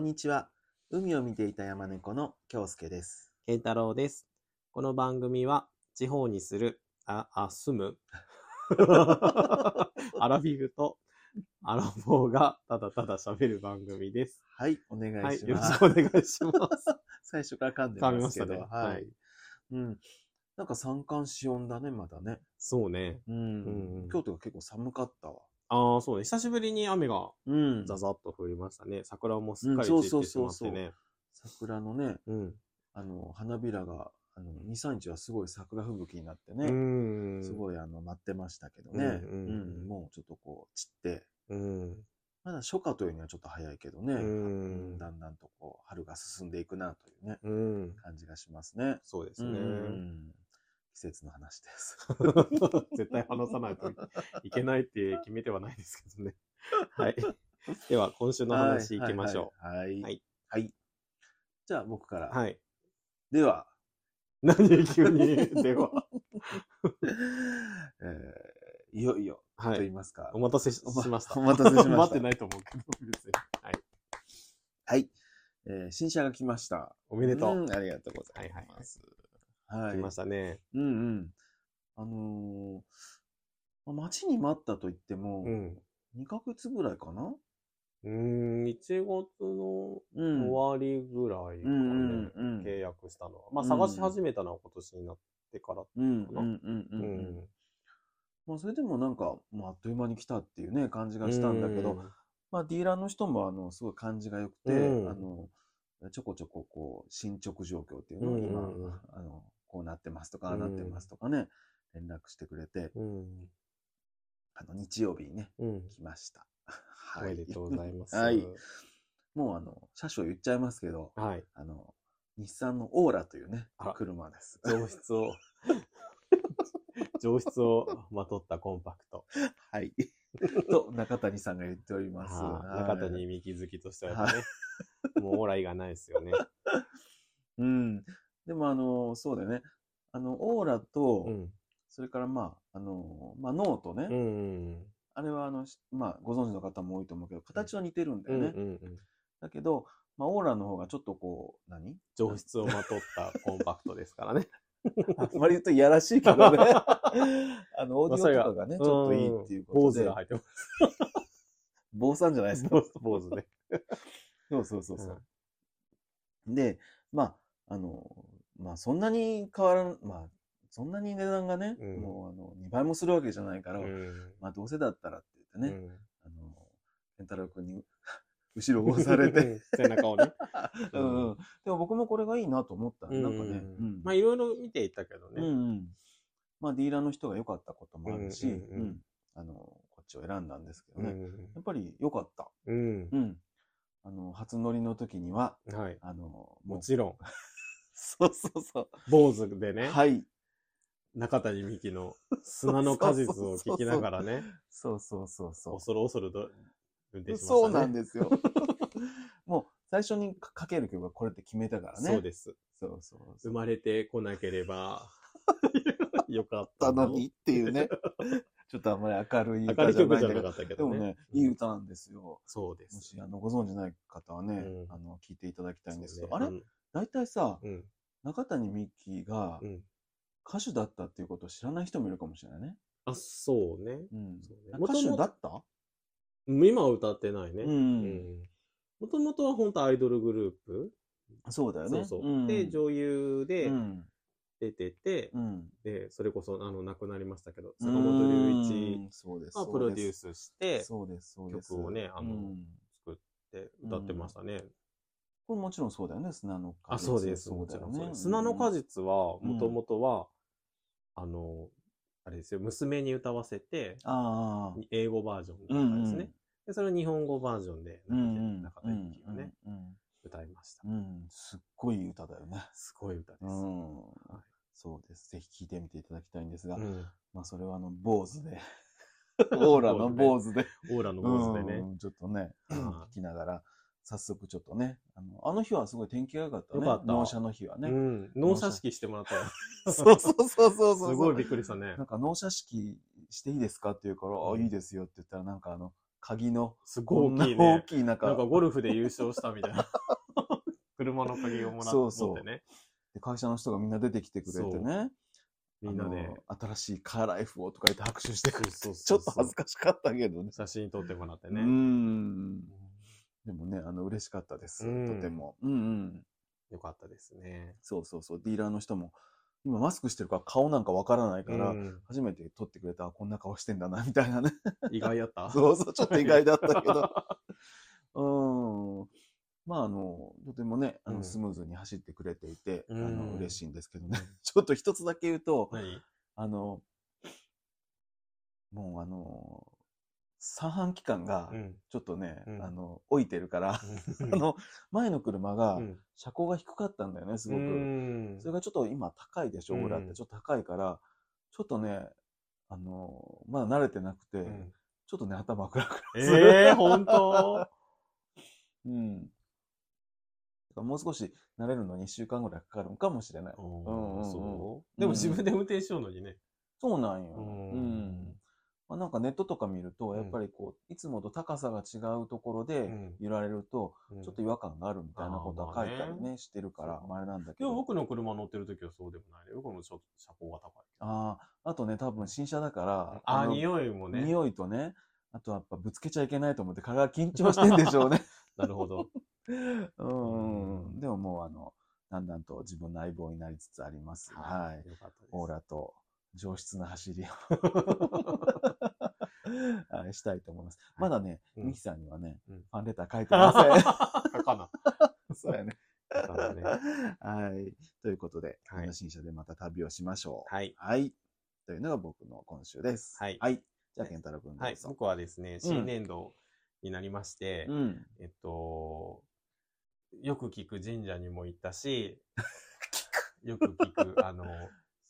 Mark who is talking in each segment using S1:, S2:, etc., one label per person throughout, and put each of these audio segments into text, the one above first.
S1: にちは。海を見ていた山猫の京介です。
S2: 慶太郎です。この番組は、地方にする、あ、あ、住む、アラフィフとアラフォーがただただ喋る番組です。
S1: はい、お願
S2: はいい、
S1: し
S2: よろ
S1: ま
S2: し
S1: す。
S2: くお願いします。
S1: 最初から噛んで
S2: 噛み
S1: ま
S2: ます
S1: け
S2: した
S1: ど、
S2: ね。
S1: はい、。うん。なんか三寒四温だね、まだね。
S2: そうね。
S1: うん。
S2: うん
S1: 京都が結構寒かったわ。
S2: ああ、そうね。久しぶりに雨が
S1: うん
S2: ザ。ザッと降りましたね。桜もすっかり
S1: うん
S2: 散ってしまってね。
S1: 桜のね、
S2: うん。
S1: あの、花びらが、あの、2、3日はすごい桜吹雪になって
S2: う
S1: ね、
S2: ん。
S1: す
S2: い。
S1: ごいあの、待ってましたけど
S2: う
S1: ね。
S2: ん
S1: う
S2: うんうん
S1: ん。もうちょっとこう、散って、
S2: うん。
S1: まだ初夏というにはちょっと早いけどね、
S2: うん
S1: だんだんとこう、春が進んでいくなというね、
S2: うん。
S1: 感じがしますね。
S2: そうです
S1: うん
S2: ね
S1: う。んうん季節の話です。
S2: 絶対話 さないといけないって決めてはないですけどね。はい。では、今週の話いきましょ
S1: う。はい。は
S2: はいい。
S1: はいじゃあ僕から。
S2: う。はい。
S1: で は、
S2: 何急に、では。
S1: えーいよいよ、
S2: は
S1: と言い
S2: い。
S1: ますか。
S2: お待たせし
S1: おま
S2: しました。
S1: お待たせしました
S2: 待ってないと思うけど、別に。はい。
S1: はい。えー新車が来ました。
S2: おめでとう。
S1: んありがとうございます。はい
S2: 来ましたね。
S1: うんうん。あのーま待ちに待ったと言っても
S2: う、ん。
S1: 2ヶ月ぐらいかな
S2: うーん、1月の
S1: うん
S2: 終わりぐらいか
S1: うん
S2: ね、
S1: うんうん
S2: 契約したのは。まあ、
S1: うん
S2: 探し始めたのは今年になってから。
S1: うんうんうんう
S2: うん
S1: うん。まあそれでもなんか、もうあっという間に来たっていうね、感じがしたんだけど、、まあ、ディーラーの人も、あの、すごい感じが良くて、
S2: うん
S1: あの、ちょこちょこ、こう、進捗状況っていうのを今、
S2: うんうんうん
S1: あの、こうなってますとか、ああなってますとかね、連絡してくれて、
S2: うん。
S1: あの、日曜日にね、
S2: うん。
S1: 来ました。
S2: お
S1: はい。
S2: めでとうございます。
S1: はい。 もう、あの、車種を言っちゃいますけど、
S2: はい。
S1: あの、日産のオーラというね
S2: あら、
S1: 車です。
S2: 上質を、上質をまとったコンパクト。
S1: はい。 と、中谷さんが言っております。
S2: あ
S1: はい
S2: ー中谷美希好きとしてはやっぱね、もうオーライがないですよね。
S1: うん。でも、あの、そうだよね。あの、オーラと、
S2: うん。
S1: それから、まあ、あの、まあ、ノートね、
S2: うん。
S1: あれはあの、しまあ、ご存知の方も多いと思うけど、形は似てるんだ
S2: う
S1: よ
S2: ん
S1: ね。
S2: うんうん。
S1: だけど、まあ、オーラの方がちょっとこう、 何
S2: 上質をまとったコンパクトですか らね。
S1: あんまり言うといやらしいけどね。 あの、オーディオとかがね、ちょっといいっていう
S2: うん
S1: こと
S2: 坊主
S1: で
S2: が、入ってま。
S1: 坊さんじゃないですすか。
S2: 坊主坊主で。
S1: そうそうそうそう。で、まあ、あの、まあ、そんなに変わらん、まあ、そんなに値段がね、
S2: うん
S1: もう、あの、2倍もするわけじゃないから、
S2: うん
S1: まあ、どうせだったらって言
S2: う
S1: っ
S2: ん
S1: てね、あの、健太郎君に 後ろを押され て、。
S2: 背 中をね。
S1: うんうん、でも僕もこれがいいなと思った。
S2: うん
S1: なんかね、
S2: う
S1: うんん
S2: まあ、いろいろ見ていったけど
S1: うん
S2: ね。
S1: うんまあ、ディーラーの人が良かったこともあるし、
S2: うんうんうん
S1: うんあの、こっちを選んだんですけど
S2: う
S1: ね。や
S2: ん
S1: っぱり良かった。
S2: うん
S1: う。ん。あの、初乗りの時には、
S2: はい。
S1: あの、
S2: も
S1: う、
S2: ちろん、
S1: そうそうそ
S2: 坊主で
S1: う。
S2: ね、
S1: はい。
S2: 中谷美紀の砂の果実を聞きながらね、
S1: そうそうそうそう。
S2: 恐る恐ると運転しましたね。
S1: そうなんです よ。もう、最初にかける曲はこれって決めたからね。
S2: そうです。
S1: そうそうそ
S2: 生
S1: う。
S2: まれてこなけれ ば、よかっ
S1: だ
S2: た
S1: ったのにっていう ね。ちょっとあんまり明るい
S2: 明る
S1: 歌
S2: い
S1: じゃな
S2: 曲
S1: い
S2: じ
S1: んだ
S2: ゃ
S1: け
S2: な
S1: ど
S2: か。ったけ
S1: で
S2: ど
S1: も
S2: ね。
S1: ね、いい歌なんですよ。
S2: そうで
S1: も
S2: す
S1: し。あのご存じない方はね、
S2: うん
S1: あの聞いていただきたいんですけ
S2: そう
S1: ど、あれ
S2: ね
S1: 大体さ、
S2: うんうん
S1: 中谷美紀が
S2: うん
S1: 歌手だったっていうことを知らない人もいるかもしれないね。
S2: あ、そうね。
S1: うん
S2: そうね
S1: 歌手だった
S2: 今は歌ってないね
S1: う。、
S2: うんんもともとは本当アイドルグループ
S1: そうだよね。
S2: そうそう、
S1: ん
S2: で、女優で
S1: うん
S2: 出てて、
S1: うん、
S2: で、それこそ、あの、亡くなりましたけど、坂本龍一がプロデュー
S1: ス
S2: スして、
S1: そうです、そうです。
S2: 曲をねあの
S1: うん
S2: 作って歌ってましたね。
S1: これもちろんそうだよね、砂の果実。
S2: あ、そうです。
S1: そ
S2: も
S1: うだ
S2: ち
S1: よ
S2: ろんそう
S1: ね
S2: です。砂の果
S1: 実。
S2: 実は、
S1: うん
S2: もともとは、あの、あれですよ、娘に歌わせて、
S1: ああ。
S2: 英語バージョンだったんですね。で、それを日本語バージョンで、
S1: うんうん。
S2: 中田ゆきをね、
S1: うんうん
S2: 歌いました。
S1: うん、すっごい歌だよね。
S2: すごい歌です。
S1: うん
S2: はい。
S1: そうです。ぜひ聴いてみていただきたいんですが、
S2: うん
S1: まあそれはあの、坊主で、オーラの坊主で、
S2: オーラの坊主でね
S1: う。んちょっとね、
S2: うん
S1: 聞きながら、早速ちょっとね、あのあの日はすごい天気が良かったね。
S2: 良かった
S1: 納車の日は
S2: う
S1: ね。
S2: ん。納車式してもらったよ
S1: そうそうそうそうそう。
S2: すごいびっくりしたね
S1: な。んか納車式していいですかって言うから、
S2: う
S1: あ、
S2: ん
S1: いいですよって言ったら、なんかあの、鍵の、
S2: すご
S1: こ
S2: い
S1: ん
S2: 大
S1: な
S2: きい
S1: 大
S2: ね。
S1: きい中、
S2: なんかゴルフで優勝したみたい な。車の鍵をもらって
S1: そ
S2: 持
S1: うそう
S2: ってね。
S1: で会社の人がみんな出てきてくれてね、
S2: みんなで、
S1: あの新しいカーライフをとか言って拍手してくれて、ち
S2: そ
S1: ょ
S2: うそうそう
S1: っと恥ずかしかったけどね。
S2: 写真撮ってもらって
S1: う
S2: ね。
S1: ん。でもね、あの、嬉しかったです。
S2: うん
S1: とても。うんうん。
S2: よかったですね。
S1: そうそうそう。ディーラーの人も、今マスクしてるから顔なんかわからないから、
S2: うん
S1: 初めて撮ってくれた、あこんな顔してんだな、みたいな ね。
S2: 意外やった
S1: そうそう、ちょっと意外だったけど。うん。まあ、あの、とてもね、あ
S2: う
S1: の
S2: ん
S1: スムーズに走ってくれていて、
S2: うん
S1: あの嬉しいんですけどね。 ちょっと一つだけ言うと、
S2: 何
S1: あの、もうあの、三半期間が
S2: う、ん。
S1: ちょっとね、
S2: うん
S1: あの、老いてるから、 あの、前の車が
S2: うん、
S1: 車高が低かったんだよね、す
S2: す
S1: ごく。
S2: く
S1: それがちょっと今高いでしょ、
S2: うん
S1: 俺らって。ちょっと高いから、ちょっとね、あの、まだ慣れてなくて、ちょっとね、頭クラクラする。
S2: ええ、本当
S1: うん。だからもう少し慣れるのに1週間ぐらいかかるのかもしれない。うんうん
S2: そうでも自分で運転しようのにね。
S1: そうなんよ。
S2: うん
S1: うん。まあ、なんかネットとか見ると、
S2: ん
S1: やっぱりこう、いつもと高さが違うところ
S2: う
S1: で
S2: ん
S1: 揺られると、ちょっと違和感があるみたいなことは書いた
S2: あ
S1: り
S2: ーまあ
S1: ね、してるから、あれなんだけ
S2: でも
S1: ど。
S2: 僕の車乗ってる時はそうでもないね。僕もちょっと車高が高い。
S1: ああ、あとね、多分新車だから、
S2: あ、
S1: の
S2: 匂いもね。
S1: 匂いとね、あとはやっぱぶつけちゃいけないと思って、蚊が緊張してんでしょう ね。
S2: なるほど。
S1: うん
S2: う。ん
S1: でももう、あの、だんだんと自分の相棒になりつつあります。はい。
S2: よかったです。
S1: オーラと上質な走 りをはいしたいと思います。まだね、
S2: うん
S1: ミキさんにはね、
S2: うん
S1: ファンレター書いてま せん。
S2: かかな。
S1: そうやね。
S2: かかなね。
S1: はい。ということで、
S2: はい
S1: この新車でまた旅をしましょう。
S2: はい。
S1: はい。というのが僕の今週です。
S2: はい
S1: じゃあ、健太郎君ど
S2: は
S1: う
S2: い。
S1: ぞ。
S2: 僕はですね、新年度になりまして、
S1: うん。
S2: えっと、よく聞く神社にも行っ たし、よく聞く、あの、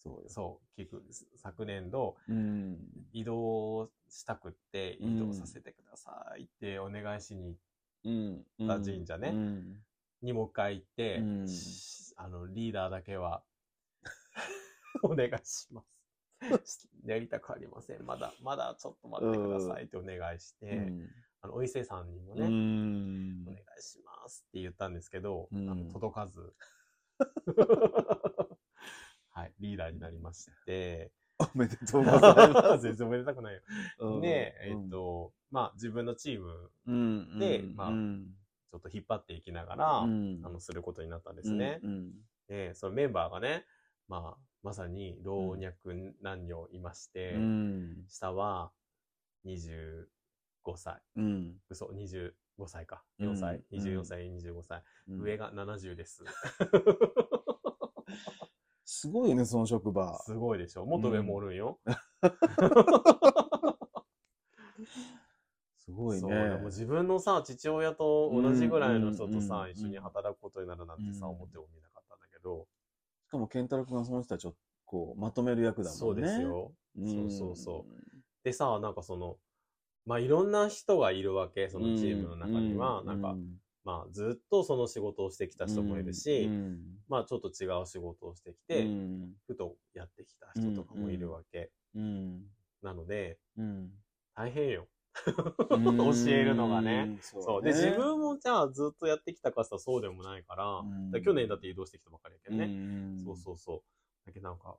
S1: そうよ。
S2: そう、聞く、昨年度、
S1: うん。
S2: 移動したくって、
S1: うん
S2: 移動させてくださいってお願いしに、
S1: うん。うん
S2: あ神社ね
S1: うん
S2: にもう一回行って、
S1: うん
S2: しあの、リーダーだけは、 お願いし ます。やりたくありません。まだ、まだちょっと待ってくださいってお願いして、
S1: うん
S2: あの、お伊勢さんにも
S1: う
S2: ね、
S1: ん
S2: お願いしますって言ったんですけど、
S1: うん
S2: あの届 かず。はい、リーダーになりまして。
S1: おめでと うございま
S2: 全然おめでたくないよ。
S1: す。
S2: で、えっと、まあ自分のチーム、
S1: うん、
S2: で
S1: うん
S2: まあ
S1: うん
S2: ちょっと引っ張っていきながら、
S1: うん
S2: あの、することになったんですね。
S1: うんうん
S2: で、そのメンバーがね、まあ、まさに老若男女いまして、
S1: うん
S2: 下は25歳、
S1: うん
S2: 嘘、25歳か。
S1: うん
S2: 4歳、
S1: うん
S2: 24歳、25歳。
S1: うん
S2: 上が70です。
S1: すごいよね、その職場。
S2: すごいでしょ。もっと上もおるんよ。
S1: すごい
S2: そう
S1: ね。
S2: でも自分のさ、父親と同じぐらいの人とさ、
S1: うんうん
S2: 一緒に働くことになるなんてさ、
S1: うん
S2: 思ってもみなかったんだけど。
S1: しかも、健太郎君がその人たちをこうまとめる役だもんね。
S2: そうですよ。
S1: ん。
S2: そうそうそでさ、なんかその、まあいろんな人がいるわけ、そのチームの中には、
S1: う
S2: なん
S1: う
S2: か、まあずっとその仕事をしてきた人もいるし、
S1: うん
S2: まあちょっと違う仕事をしてき
S1: う
S2: て、
S1: ん
S2: ふとやってきた人とかもいるわけ。
S1: うん
S2: なので、
S1: うん
S2: 大変よ。
S1: うん
S2: 教えるのがね。
S1: うん
S2: そう。で、自分もじゃあずっとやってきたかしたらそうでもないから、
S1: ん
S2: だから去年だって移動してきたばっかりやけど
S1: う
S2: ね。
S1: ん
S2: そうそうそう。だけどなんか、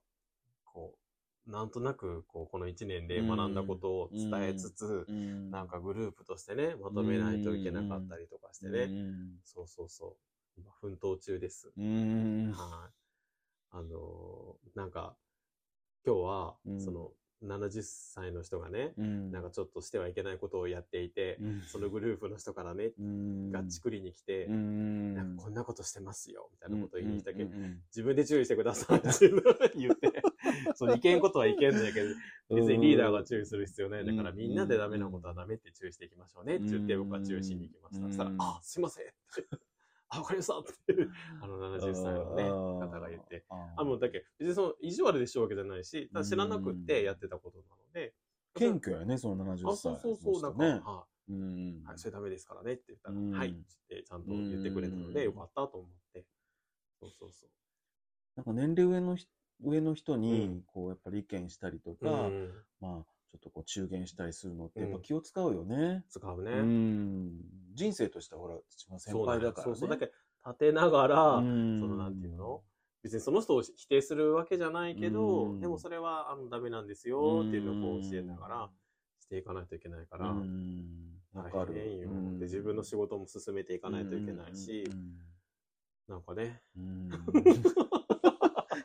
S2: こう、なんとなく、こう、この1年で学んだことを伝えつつ、
S1: うん
S2: なんかグループとしてね、まとめないといけなかったりとかしてね。
S1: うん
S2: そうそうそう。今、奮闘中です。
S1: うん
S2: はい。あのーなんか、今日は
S1: う、ん
S2: その、70歳の人がね、
S1: うん
S2: なんかちょっとしてはいけないことをやっていて、そのグループの人からね、
S1: うん
S2: がっちくりに来て、
S1: うん
S2: なんかこんなことしてますよ、みたいなことを言いに来たけど、
S1: うんうんうん
S2: 自分で注意してくださいっていうのを 言って、そう、いけんことはいけんだけど、別にリーダーが注意する必要ない。だからみんなでダメなことはダメって注意していきましょうねって言って、
S1: うん
S2: 僕は注意しに行きまし
S1: う
S2: た。そ
S1: ん
S2: したら、あ、すいません。あ、わかりましたって、あの、70歳のね、
S1: うん
S2: 方が言って。
S1: あ
S2: あ、もうだけ、別にその、意地悪でしょうわけじゃないし、ただ知らなくってやってたことなので、
S1: 謙虚やね、その70歳。
S2: あ、そうそうそう、なんか、
S1: ね。
S2: はい
S1: うん。
S2: はい、それダメですからねって言ったら、
S1: うん
S2: はいってちゃんと言ってくれたので、
S1: うん
S2: よかったと思って。そうそうそ
S1: なんか年齢上のひ上の人
S2: う
S1: に
S2: ん、
S1: こう、やっぱり意見したりと
S2: う。
S1: か
S2: う、ん
S1: まあ、ちょっとこう中堅したりするのってやっぱ
S2: うん
S1: 気を使うよね。
S2: 使う
S1: う
S2: ね。
S1: ん。人生としてはほら、一番先
S2: そうなん
S1: 輩だ
S2: よ
S1: から
S2: そうそう。だ
S1: ね。
S2: けど、立てながら、
S1: うん
S2: そのなんていうの別にその人を否定するわけじゃないけど、
S1: うん
S2: でもそれはあのダメなんですよっていうのをこう教えながらしていかないといけないから、
S1: うん。わか
S2: 大
S1: る。
S2: 変よ、
S1: うん
S2: で自分の仕事も進めていかないといけないし、なんかね、
S1: うん。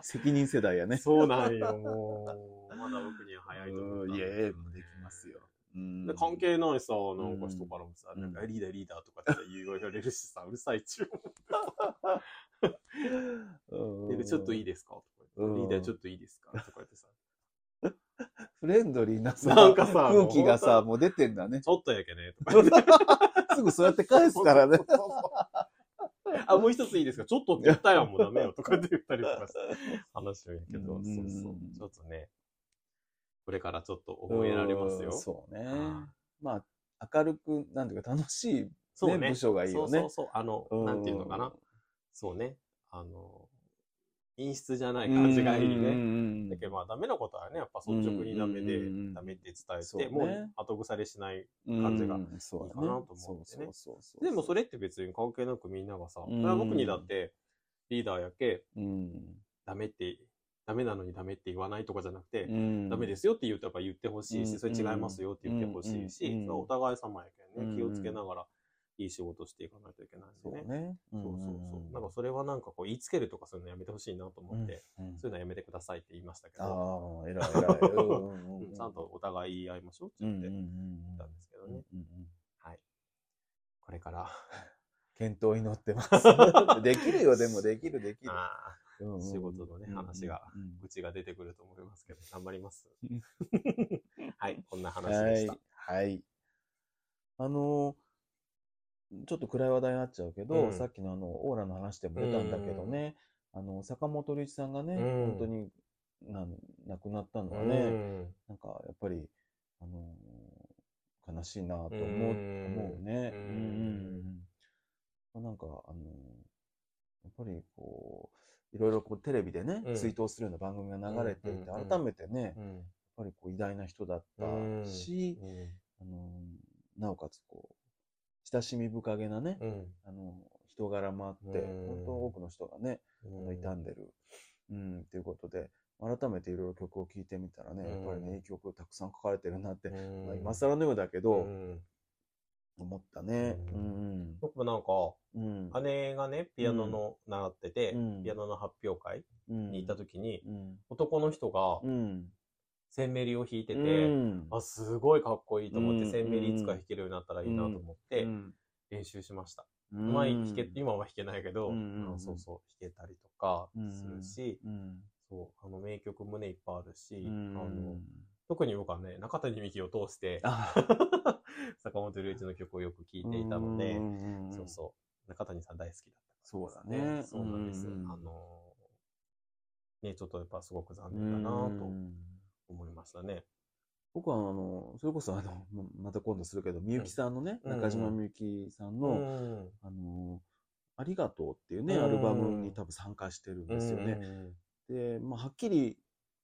S1: 責任世代やね。
S2: そうなんよ、もう。まだ僕には早いと思う
S1: うん
S2: ない
S1: やいやでますよ。うん
S2: で関係ないさ、なんか人からもさ、
S1: うん
S2: なんかリーダーリーダーとかって言われるしさ、うるさいっちゅう
S1: うん
S2: ででちょっといいですかとか言って
S1: うん
S2: リーダーちょっといいですかとか言ってさ。
S1: フレンドリーなさ、
S2: なんかさ
S1: 空気が
S2: もう本当
S1: さ、
S2: に
S1: もう出てんだね。
S2: ちょっとやけね、とか言っ て。
S1: すぐそうやって返すからね
S2: そう。そうそう あ、もう一ついいですかちょっとって言ったやん、もうダメよ、とかって言ったりと かして話をやけど、
S1: うん
S2: そうそう。ちょっとね、これからちょっと覚えられますよ。
S1: うんそうね
S2: うん。
S1: まあ、明るく、なんていうか楽しい、ね
S2: そうね
S1: 部署がいい
S2: そ
S1: よ
S2: うそ
S1: ね
S2: う。そう。あの、
S1: ん
S2: なんていうのかな。そうね。あの、陰湿じゃない感じがいい
S1: うんうん
S2: ね。
S1: うん
S2: だけどまあダメなことはね、やっぱ率直にダメで
S1: うんうんうんう、ん
S2: ダメって
S1: そ
S2: 伝
S1: う
S2: え
S1: ね
S2: て、もう後腐れしない。感じが
S1: うんそうやね
S2: いいかなと思ってね
S1: そうそうそうそう
S2: でもそれって別に関係なくみんながさ、
S1: うん
S2: それは僕にだってリーダーやけ、
S1: うん
S2: ダメって、ダメなのにダメって言わないとかじゃなくて、
S1: うん
S2: ダメですよって言うとやっぱ言ってほしいし、
S1: うん
S2: それ違いますよって言ってほしいし、
S1: うんうん
S2: それはお互い様やけんね、
S1: うん
S2: 気をつけながらいい仕事していかないといけない
S1: そ
S2: ん
S1: う
S2: でね。
S1: ね。そ
S2: そうそうそう。なんかそれはなんかこう言いつけるとかそういうのやめてほしいなと思って、
S1: うん
S2: そういうのはやめてくださいって言いましたけど、
S1: ああ、偉い偉い。うんうん
S2: うんちゃんとお互い言い合いましょうって
S1: うんうんう
S2: 言って
S1: ん
S2: 言
S1: うん
S2: ったんですけど
S1: うんうん
S2: ね。
S1: うん
S2: これから、
S1: 健闘を祈って ます。できるよ、でもできるできる。
S2: あ
S1: うんうん
S2: 仕事のね話が
S1: うんうん
S2: ー愚痴が出てくると思いますけど、頑張ります
S1: うん
S2: はい、こんな話でした。
S1: はい。はい。あのーちょっと暗い話題になっちゃうけど、
S2: うん
S1: さっきのあの、オーラの話でも出たんだけどね、あの、坂本龍一さんがね、
S2: うん
S1: 本当になん亡くなったのはね、
S2: うん
S1: なんかやっぱり、あのー悲しいなと思う、
S2: うん
S1: 思うね。
S2: うん
S1: うんうんうんなんか、あのーやっぱりこう、いろいろこうテレビでね、
S2: うん
S1: 追悼するような番組が流れていて、
S2: うんうんうん
S1: 改めてね、やっ
S2: うん
S1: ぱりこう偉大な人だったし、あのーなおかつこう、親しみ深げなね、
S2: うん
S1: あのー人柄もあって、
S2: うん
S1: 本当多くの人がね、あの傷んでる。うん、ということで、改めていろいろ曲を聴いてみたらね、
S2: うん
S1: やっぱりね、いい曲をたくさん書かれてるなって、
S2: うん
S1: まあ今更のようだけど、
S2: うん
S1: 思ったね。う。
S2: うん僕もなん
S1: うん。
S2: か、姉がね、ピアノの習ってて、
S1: うん
S2: ピアノの発表会
S1: うん
S2: に行った時に、
S1: うん。
S2: 男の人が
S1: うん。
S2: センメリを弾いてて、
S1: うん
S2: あ、すごいかっこいいと思って、
S1: うん
S2: センメリいつか弾けるようになったらいいなと思って
S1: う、ん
S2: 練習しました。まあ弾け、今は弾けないけど、
S1: うん
S2: あそうそう、弾けたりとか
S1: うん
S2: するし、
S1: うん。
S2: そう、あの、名曲もね、いっぱいあるし、
S1: うん
S2: あの、特に僕はね、中谷美紀を通して、
S1: あ
S2: 坂本龍一の曲をよく聴いていたので、
S1: うんうんうん
S2: そうそう、中谷さん大好きだった
S1: そ
S2: ん
S1: う
S2: です
S1: だね。
S2: そうなんです。
S1: う
S2: あのーね、ちょっとやっぱすごく残念だな
S1: う
S2: と
S1: ん
S2: 思いましたね。
S1: 僕はあの、それこそあの、 ままた今度するけど、みゆきさんのね、
S2: うん
S1: 中島みゆきさん
S2: う
S1: の、
S2: ん。
S1: あの、ありがとうっていうね、
S2: うん
S1: アルバムに多分参加してるんですよね。で、まあ、はっきり、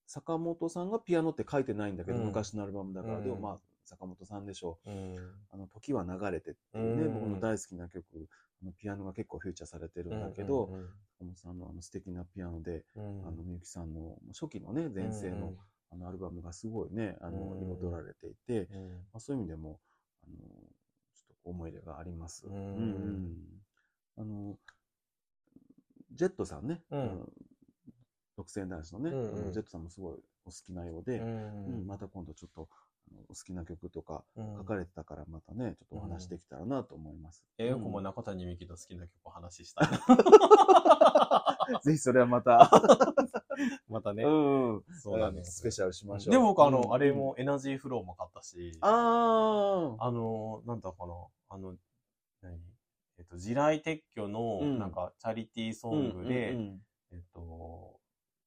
S1: 坂本さんがピアノって書いてないんだけど、
S2: うん
S1: 昔のアルバムだから、
S2: うん
S1: でもまあ、坂本さんでしょ
S2: うん。うん。
S1: う。あの、時は流れてっていうね、
S2: うん
S1: 僕の大好きな曲、あのピアノが結構フューチャーされてるんだけど、
S2: うん
S1: 坂本さんのあの素敵なピアノで、
S2: うんうん、
S1: あの、みゆきさんの初期のね、前世の、あのアルバムがすごいね、あの、
S2: うん
S1: 彩られていて、
S2: うん、うん
S1: まあ、そういう意味でも、あの、ちょっと思い出があります。
S2: うん
S1: あの、ジェットさんね、
S2: うん
S1: あの独占男子のね、
S2: うんうん
S1: あのジェットさんもすごいお好きなようで、
S2: うん
S1: うんまた今度ちょっと、あのお好きな曲とか
S2: うん
S1: 書かれてたからまたね、ちょっとお話できたらなと思います。
S2: え、よくも
S1: うん
S2: 中谷美紀の好きな曲お話ししたい。
S1: ぜひそれはまた、
S2: また ね
S1: う。んうん
S2: そうだね。
S1: スペシャルしましょう。
S2: でも僕、あ
S1: うん
S2: の、あれ。もエナジーフローも買ったし、
S1: ああ。
S2: あの、なんだかな、あの、何えっと、地雷撤去の
S1: う、ん
S2: なんか、チャリティーソングで
S1: う、ん
S2: えっと、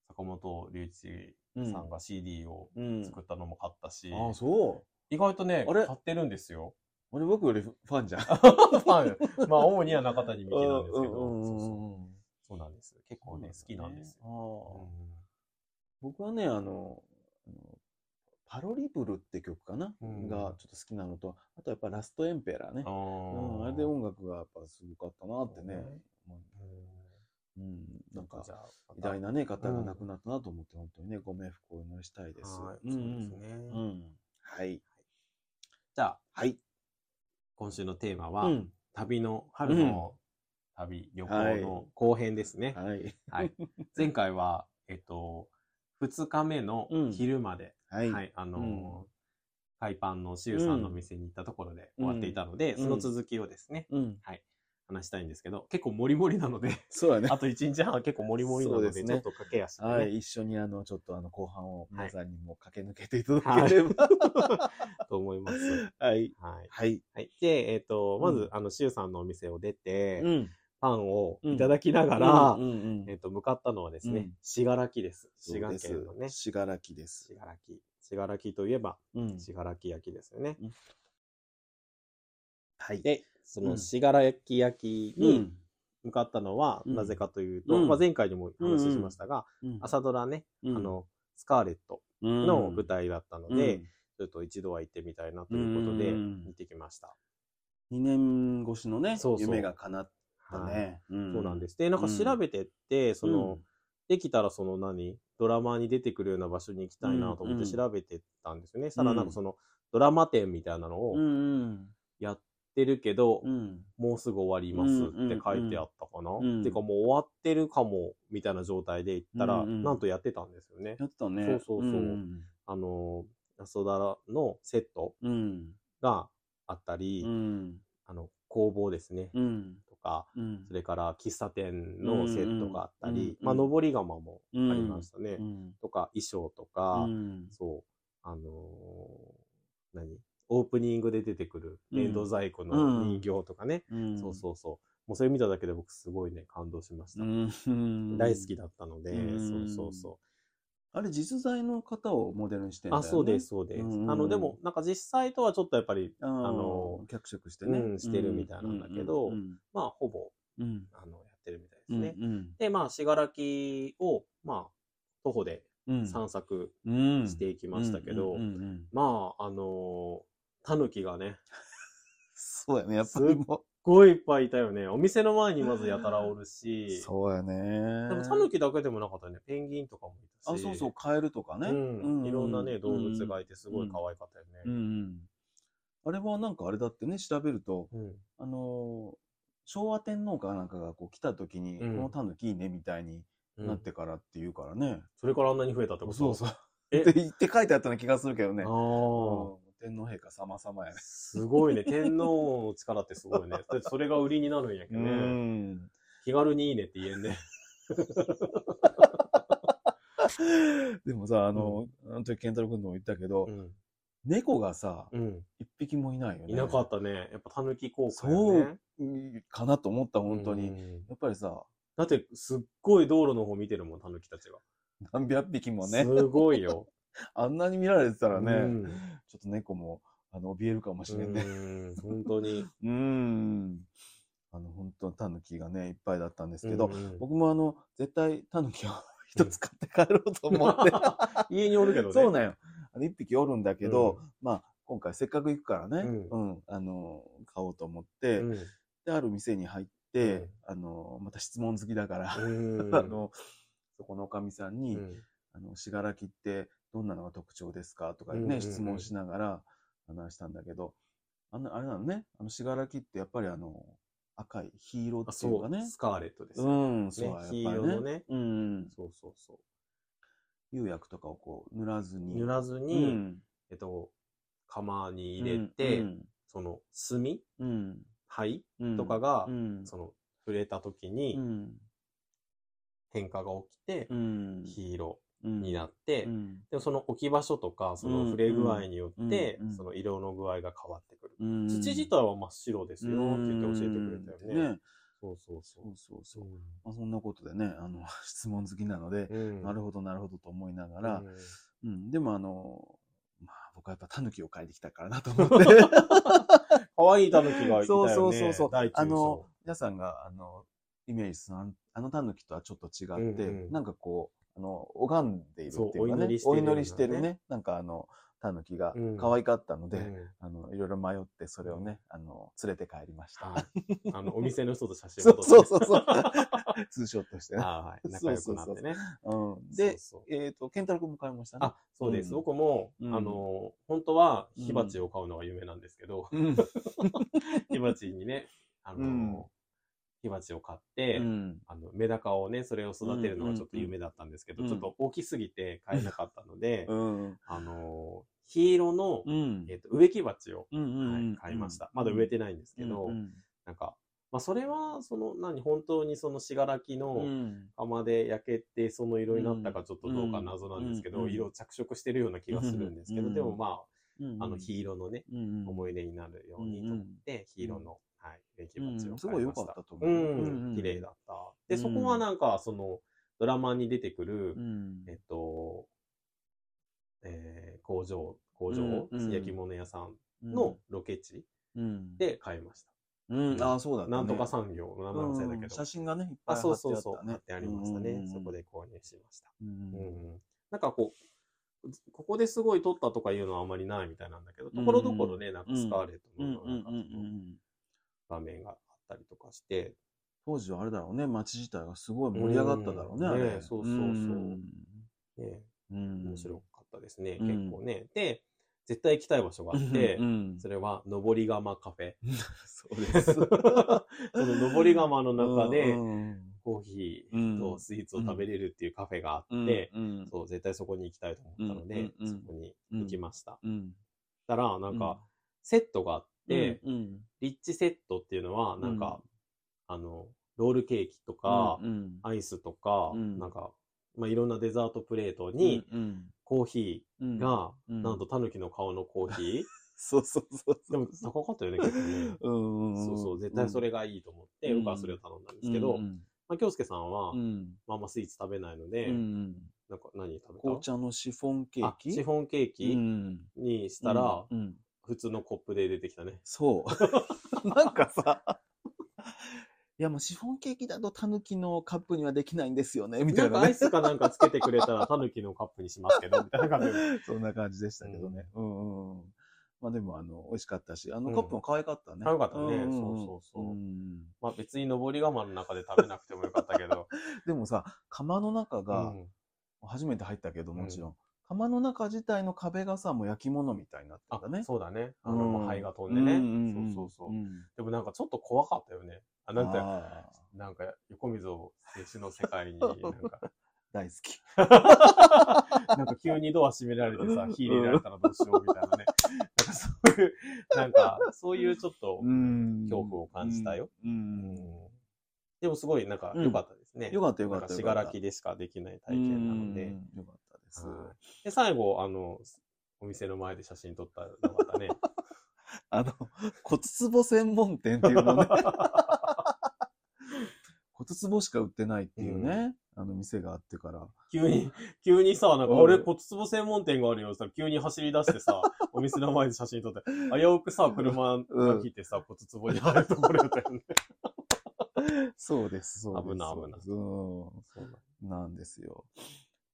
S2: 坂本龍一
S1: うんうん
S2: さんが CD を
S1: うん
S2: 作ったのも買ったし、
S1: ああ、そう。
S2: 意外とね、
S1: あれ
S2: 買ってるんですよ。
S1: 俺僕よりファンじゃん。
S2: まあ、まあ、主には中谷美紀なんですけど、そうそうそうなんです。結構ね、好きなんですよ。
S1: よ。僕はね、あの、あのパロリブルって曲かな、
S2: うん
S1: がちょっと好きなのと、あとやっぱラストエンペラーね。
S2: あ
S1: うん、あれで音楽がやっぱすごかったなってね。うん、な
S2: な
S1: んん
S2: か
S1: か
S2: じゃあま
S1: 偉
S2: た
S1: 大なね、方が亡くなったなと思って、本当にね、ご冥福をお祈りしたいです。
S2: はい
S1: うん
S2: そううんですね、
S1: うん。はい。
S2: じゃあ
S1: はい。
S2: 今週のテーマ
S1: う
S2: は、
S1: ん。
S2: 旅の春の旅、旅行の後編ですね、
S1: はい。
S2: はい。前回は、えっと、2日目の
S1: うん
S2: 昼まで、
S1: はい。
S2: はい、あのー、海パンのしゅうさんのお店に行ったところで終わっていたの
S1: う
S2: で、
S1: ん
S2: その続きをですね、
S1: うん。
S2: 話したいんですけど、結構モリモリなので、
S1: そうやね。
S2: あと1日半は結構モリモリなの
S1: そう
S2: で、
S1: です
S2: ち
S1: ね
S2: ょっと駆け足でね、
S1: はい。一緒にあの、ちょっとあの、後半を
S2: はい
S1: 皆さんにも駆け抜けていただければ。
S2: と思います。
S1: はい。
S2: はい。
S1: はい。
S2: はい、で、えっと、ま
S1: う
S2: ず、
S1: ん
S2: あの、しゅうさんのお店を出て、
S1: ん。
S2: パンをいただきながら、
S1: うんうんうん。
S2: えっと、向かったのはです
S1: う
S2: ね
S1: ん、
S2: 信楽です。
S1: そ
S2: 滋
S1: う
S2: 賀
S1: です
S2: 県のね、
S1: 信楽です
S2: 信。楽。信楽といえば、
S1: うん。
S2: 信楽焼きですよね。
S1: はい。
S2: で、その
S1: うん
S2: 信楽焼き
S1: う
S2: に
S1: ん。
S2: 向かったのは、
S1: うん
S2: なぜかというと、
S1: うん
S2: まあ、前回にも話しましたが、
S1: うん
S2: 朝ドラね、
S1: うん
S2: あの、スカーレットの舞台だったので、
S1: うん
S2: ちょっと一度は行ってみたいなということで、
S1: うん
S2: 行ってきました。
S1: 二年越しのね
S2: そう、そう
S1: 夢が叶った
S2: はい
S1: ね。
S2: そ
S1: そう
S2: なんです。で、なんか調べてって、その、できたらその何ドラマに出てくるような場所に行きたいなと思って
S1: うん
S2: 調べてたんですよね。したらなんかその、ドラマ展みたいなの
S1: う
S2: を
S1: ん。
S2: やってるけど、
S1: うん。
S2: もうすぐ終わりますって書いてあったかな。
S1: んうんうん
S2: てかもう終わってるかもみたいな状態で行ったら、
S1: うんうん
S2: なんとやってたんですよね。
S1: やってたね。
S2: そうそうそうんあの、安田のセット
S1: うん。
S2: があったり、
S1: うん。
S2: あの、工房ですね、
S1: うん。
S2: とか、
S1: うん
S2: それから喫茶店のセットがあった
S1: うんうん
S2: り、
S1: うん
S2: まあ、上り窯もありましたね。
S1: うん。
S2: とか、衣装とか、
S1: うん
S2: そう、あのー何オープニングで出てくる
S1: うん
S2: 粘土細工の人形とかね、
S1: うん
S2: そうそうそう。もうそれ見ただけで僕すごいね、感動しました。
S1: うん
S2: 大好きだったので、
S1: うん
S2: そうそうそ
S1: あれ実在の方をモデルにしてん
S2: う。
S1: だよ
S2: あ、
S1: ね
S2: そうです、そうです。
S1: うん
S2: あの、でも、なんか実際とはちょっとやっぱり、
S1: あ
S2: の
S1: の脚色してね、
S2: うんしてるみたいなんだけど
S1: うん
S2: まあ、ほぼ、
S1: うん
S2: あの、やってるみたいで
S1: う
S2: す
S1: ん
S2: ね。
S1: うん
S2: で、まあ、信楽を、まあ、徒歩で
S1: うん
S2: 散策
S1: うん
S2: していきましたけど、
S1: うんうんうんうん
S2: まあ、あのタヌキがね、
S1: そうやねやっぱりも
S2: すっごいいっぱいいたよね。お店の前にまずやたらおる
S1: う
S2: し、
S1: そうやね
S2: でもタヌキだけでもなかったよね。ペンギンとかもいたし。
S1: あそうそうカエルとかね、
S2: うんいろんなね、動物が
S1: い
S2: いてすごい可愛かったよ
S1: うん
S2: ね。
S1: うんあれはなんかあれだってね調べると
S2: うん。
S1: あのー昭和天皇かなんかがこう来た時に、
S2: うん
S1: このタヌキいいねみたいに
S2: うん
S1: なってからっていうからね、
S2: それからあんなに増えたってこと。
S1: そうそうう
S2: え
S1: って言って書いてあったような気がするけどね
S2: あ
S1: うん
S2: ー
S1: 天皇陛下様様やね。
S2: すごいね。天皇の力ってすごいね。 でそれが売りになるんやけどね。気軽にいいねって言えんね。
S1: でもさ、あの、あの時健太郎君のも言ったけど、
S2: うん。
S1: 猫がさ、
S2: うん。
S1: 一匹もいないよね。
S2: いなかったね。やっぱタヌキ効果
S1: そ
S2: よね
S1: う。うんかなと思った、本当に。
S2: う
S1: や
S2: ん。
S1: っぱりさ、
S2: だって、すっごい道路の方見てるもん、タヌキたちが。
S1: 何百匹もね、
S2: すごいよ。
S1: あんなに見られてたらね、
S2: うん
S1: ちょっと猫も、あの、怯えるかもしれんね。
S2: うん本当に。
S1: うん。あの、本当タヌキがね、いっぱいだったんですけど、
S2: うん
S1: 僕もあの、絶対タヌキを 一つ買って帰ろうと思って。
S2: 家におるけどね。
S1: そう
S2: ね。
S1: なんよ。あの一匹おるんだけど、まあ、今回せっかく行くからね、うん、あの、買おうと思って、で、ある店に入って、
S2: うん
S1: あの、また質問好きだから、
S2: う ん
S1: あの、そこのおかみさん
S2: う
S1: に、
S2: ん
S1: あの、信楽ってどんなのが特徴ですかとかね、
S2: うんうんうん
S1: 質問しながら話したんだけど、あの、あれなのね、あの、信楽ってやっぱりあの、赤い黄色
S2: あ
S1: ってい
S2: そうう
S1: かね、
S2: スカーレットです
S1: う
S2: よ。
S1: ん、そう、やっぱり
S2: 黄色のね
S1: うん、
S2: そうそうそ
S1: 釉薬とかをこう、塗らず
S2: う。
S1: に。
S2: 塗らず
S1: ず
S2: に、えっと、釜に入れて、その炭
S1: うん
S2: 灰
S1: うん
S2: とかが
S1: うん
S2: その触れた時に
S1: うん
S2: 変化が起きて
S1: う、ん
S2: 黄色
S1: うん
S2: になって、
S1: うん
S2: でもその置き場所とか、その触れ具合によって
S1: うんうんう、ん
S2: その色の具合が変わってくる。
S1: うん
S2: 土自体は真っ白ですよって言って教えてくれたよね。
S1: うん
S2: そうそうそ
S1: そうう。そうそう、まあ、そんなことでねあの 質問好きなので、なるほどなるほどと思いなが
S2: ど
S1: ら、うんでもあのまあ僕はやっぱタヌキを買いてきたからなと思って
S2: 可愛いタヌキがいたよ
S1: そう
S2: ね。
S1: そうそうそう
S2: 大中小
S1: あの、皆さんがあのイメージするあのあのタヌキとはちょっと違って、
S2: うんうん
S1: なんかこうあの拝んでいるっていうかね
S2: そう
S1: お
S2: お祈りしてるようなね
S1: 祈りしてるねなんかあのタヌキが
S2: うん
S1: 可愛かったので、
S2: うん
S1: あの、いろいろ迷って、それをね、あの、連れて帰りました。
S2: はいあの、お店の人と写真
S1: そ
S2: を
S1: う
S2: 撮
S1: そ
S2: っ
S1: う
S2: て
S1: そうそう。 ツーショットしてね。
S2: あーはい。仲良くなってね。
S1: うん、で、
S2: そうそう
S1: えっ、と、ケンタロウ君も買いましたね。
S2: あ、そうです。
S1: うん
S2: 僕も、
S1: うん
S2: あの、本当は火鉢を買うのが夢なんです けど、
S1: うん。
S2: 火鉢にね、あの、
S1: うん
S2: 火鉢を買って、
S1: うん。
S2: あのメダカをね、それを育てるのがちょっと夢だったんですけど、
S1: うん
S2: ちょっと大きすぎて買えなかったので、
S1: うん。
S2: あの、黄色の、
S1: うん。
S2: えっと植木鉢を、
S1: うんうん
S2: は
S1: う
S2: い
S1: ん
S2: 買いました。まだ植えてないんですけど、
S1: うん
S2: なんか、まあ、それは、その、何、本当にその信楽
S1: うんう
S2: の
S1: ん
S2: 釜で焼けて、その色になったかちょっとどうか
S1: うん
S2: 謎なんですけど、
S1: うん
S2: 色を着色してるような気がするんですけど、
S1: うん
S2: でもま
S1: うん
S2: あ、あの、黄色のね、
S1: うんうん
S2: 思い出になるようにと思って、黄色の、はい、植木鉢
S1: う
S2: を
S1: んす
S2: 買
S1: ごい
S2: い
S1: 良
S2: ま
S1: か
S2: し。
S1: ったたと思
S2: う
S1: う。
S2: ん、綺麗だった。で、そこはなんか、その、ドラマに出てくる、
S1: うん。
S2: えっと、えー工場、工場、
S1: うんうん
S2: 焼き物屋さん
S1: うん
S2: の、ロケ地
S1: うん、
S2: で買いました。
S1: うん、ああ、そうだったね。
S2: なんとか産業の名前だけど、
S1: うん写真がね、いっぱ
S2: あ、
S1: い貼
S2: そう
S1: って
S2: そう
S1: あっ
S2: そ
S1: た
S2: う、貼
S1: ね
S2: っ。てありましたね。
S1: うんうんうん
S2: そこで購入しました。
S1: うん
S2: うんうんなんかこう、ここですごい撮ったとかいうのはあんまりないみたいなんだけど、ところどころね、なんかスカーレット
S1: うん
S2: の
S1: うん
S2: なんか
S1: う
S2: そ
S1: んう
S2: の
S1: ん
S2: 場面があったりとかして、
S1: 当時はあれだろうね、街自体がすごい盛り上がっただろうね、
S2: うん
S1: あれ
S2: ねえそうそうそうね、
S1: うん。
S2: 面白かったですね、
S1: うん
S2: 結構ね。で、絶対行きたい場所があって、
S1: うんうん
S2: それは、登り窯カフェ。
S1: そうです。
S2: その登り窯の中で
S1: う、ん
S2: コーヒーとスイーツを食べれるっていうカフェがあ
S1: うん
S2: って、
S1: うん
S2: そう、絶対そこに行きたいと思ったので、
S1: うんうんうん
S2: そこに行きました。
S1: うん
S2: たら、なんか、セットがあって、
S1: うんうん
S2: リッチセットっていうのは、なんか、あの、ロールケーキとか
S1: う、ん
S2: アイスとか、
S1: うん
S2: なんか、まあ、いろんなデザートプレート
S1: うん
S2: に、
S1: うん
S2: コーヒ
S1: うん
S2: ーが、
S1: うん
S2: なんと、タヌキの顔のコーヒ ー。
S1: そうそうそう
S2: で
S1: そう。
S2: も、高かったよね、結構ね。
S1: うんんん
S2: そうそう、絶対それがいいと思って、
S1: うん
S2: 僕はそれを頼んだんですけど、
S1: うん
S2: まあ、京介さんは、
S1: うん
S2: まああんまスイーツ食べないので、
S1: うん
S2: なんか何食べた
S1: 紅茶のシフォンケー
S2: あ
S1: キ
S2: シフォンケー
S1: う
S2: キ
S1: ん
S2: にしたら、
S1: うんうん
S2: 普通のコップで出てきたね。
S1: そう。なんかさ、いやもうシフォンケーキだとタヌキのカップにはできないんですよね、 みた
S2: なん
S1: い
S2: か
S1: な
S2: アイ
S1: ね。
S2: スかなんかつけてくれたら、タヌキのカップにしますけど、みたいな感じで。
S1: そんな感じでしたけどね。うんうんうん。まあでも、あの、美味しかったし、あ
S2: う
S1: の
S2: ん
S1: カップも可愛かったね。
S2: 可愛かったね
S1: んんん
S2: そうそうそう
S1: うん
S2: まあ別に登り窯の中で食べなくてもよかった けど。
S1: でもさ、釜の中
S2: う
S1: が、
S2: ん、
S1: 初めて入ったけど、
S2: うん
S1: もちろん。釜の中自体の壁がさ、もう焼き物みたいになって
S2: あ
S1: たね。
S2: そうだね。あ
S1: う
S2: の、
S1: ん
S2: もう灰が飛んでね、
S1: んんん
S2: そうそうそう。
S1: ん
S2: でもなんかちょっと怖かったよね。あ、なんか、
S1: あー
S2: なんか横溝青春の世界に、なんか、
S1: 大好き。
S2: なんか急にドア閉められてさ、火入れられたらどうしようみたいなね。なんかそういう、なんか、そういうちょっと、恐怖を感じたよ。
S1: う。
S2: うん
S1: うん
S2: んでもすごいなんか良かったですね。
S1: よかったよか
S2: な
S1: っ
S2: ん
S1: た
S2: か
S1: よかった。
S2: 信楽でしかできない体験なの
S1: う
S2: で
S1: ん。。よかったです。
S2: はいで、最後、あの、お店の前で写真撮ったのがあったね。
S1: あの、骨壺専門店っていうの ね、骨壺しか売ってないっていうね、あの店があってから。
S2: 急に、急にさ、なんか
S1: うん
S2: 俺骨壺専門店があるよ、さ、急に走り出してさ、お店の前で写真撮って、危うくさ、車が来てさ、骨壺に入るところだった よね。
S1: そうです、そうです。
S2: 危ない危ない
S1: い。うん。なんですよ。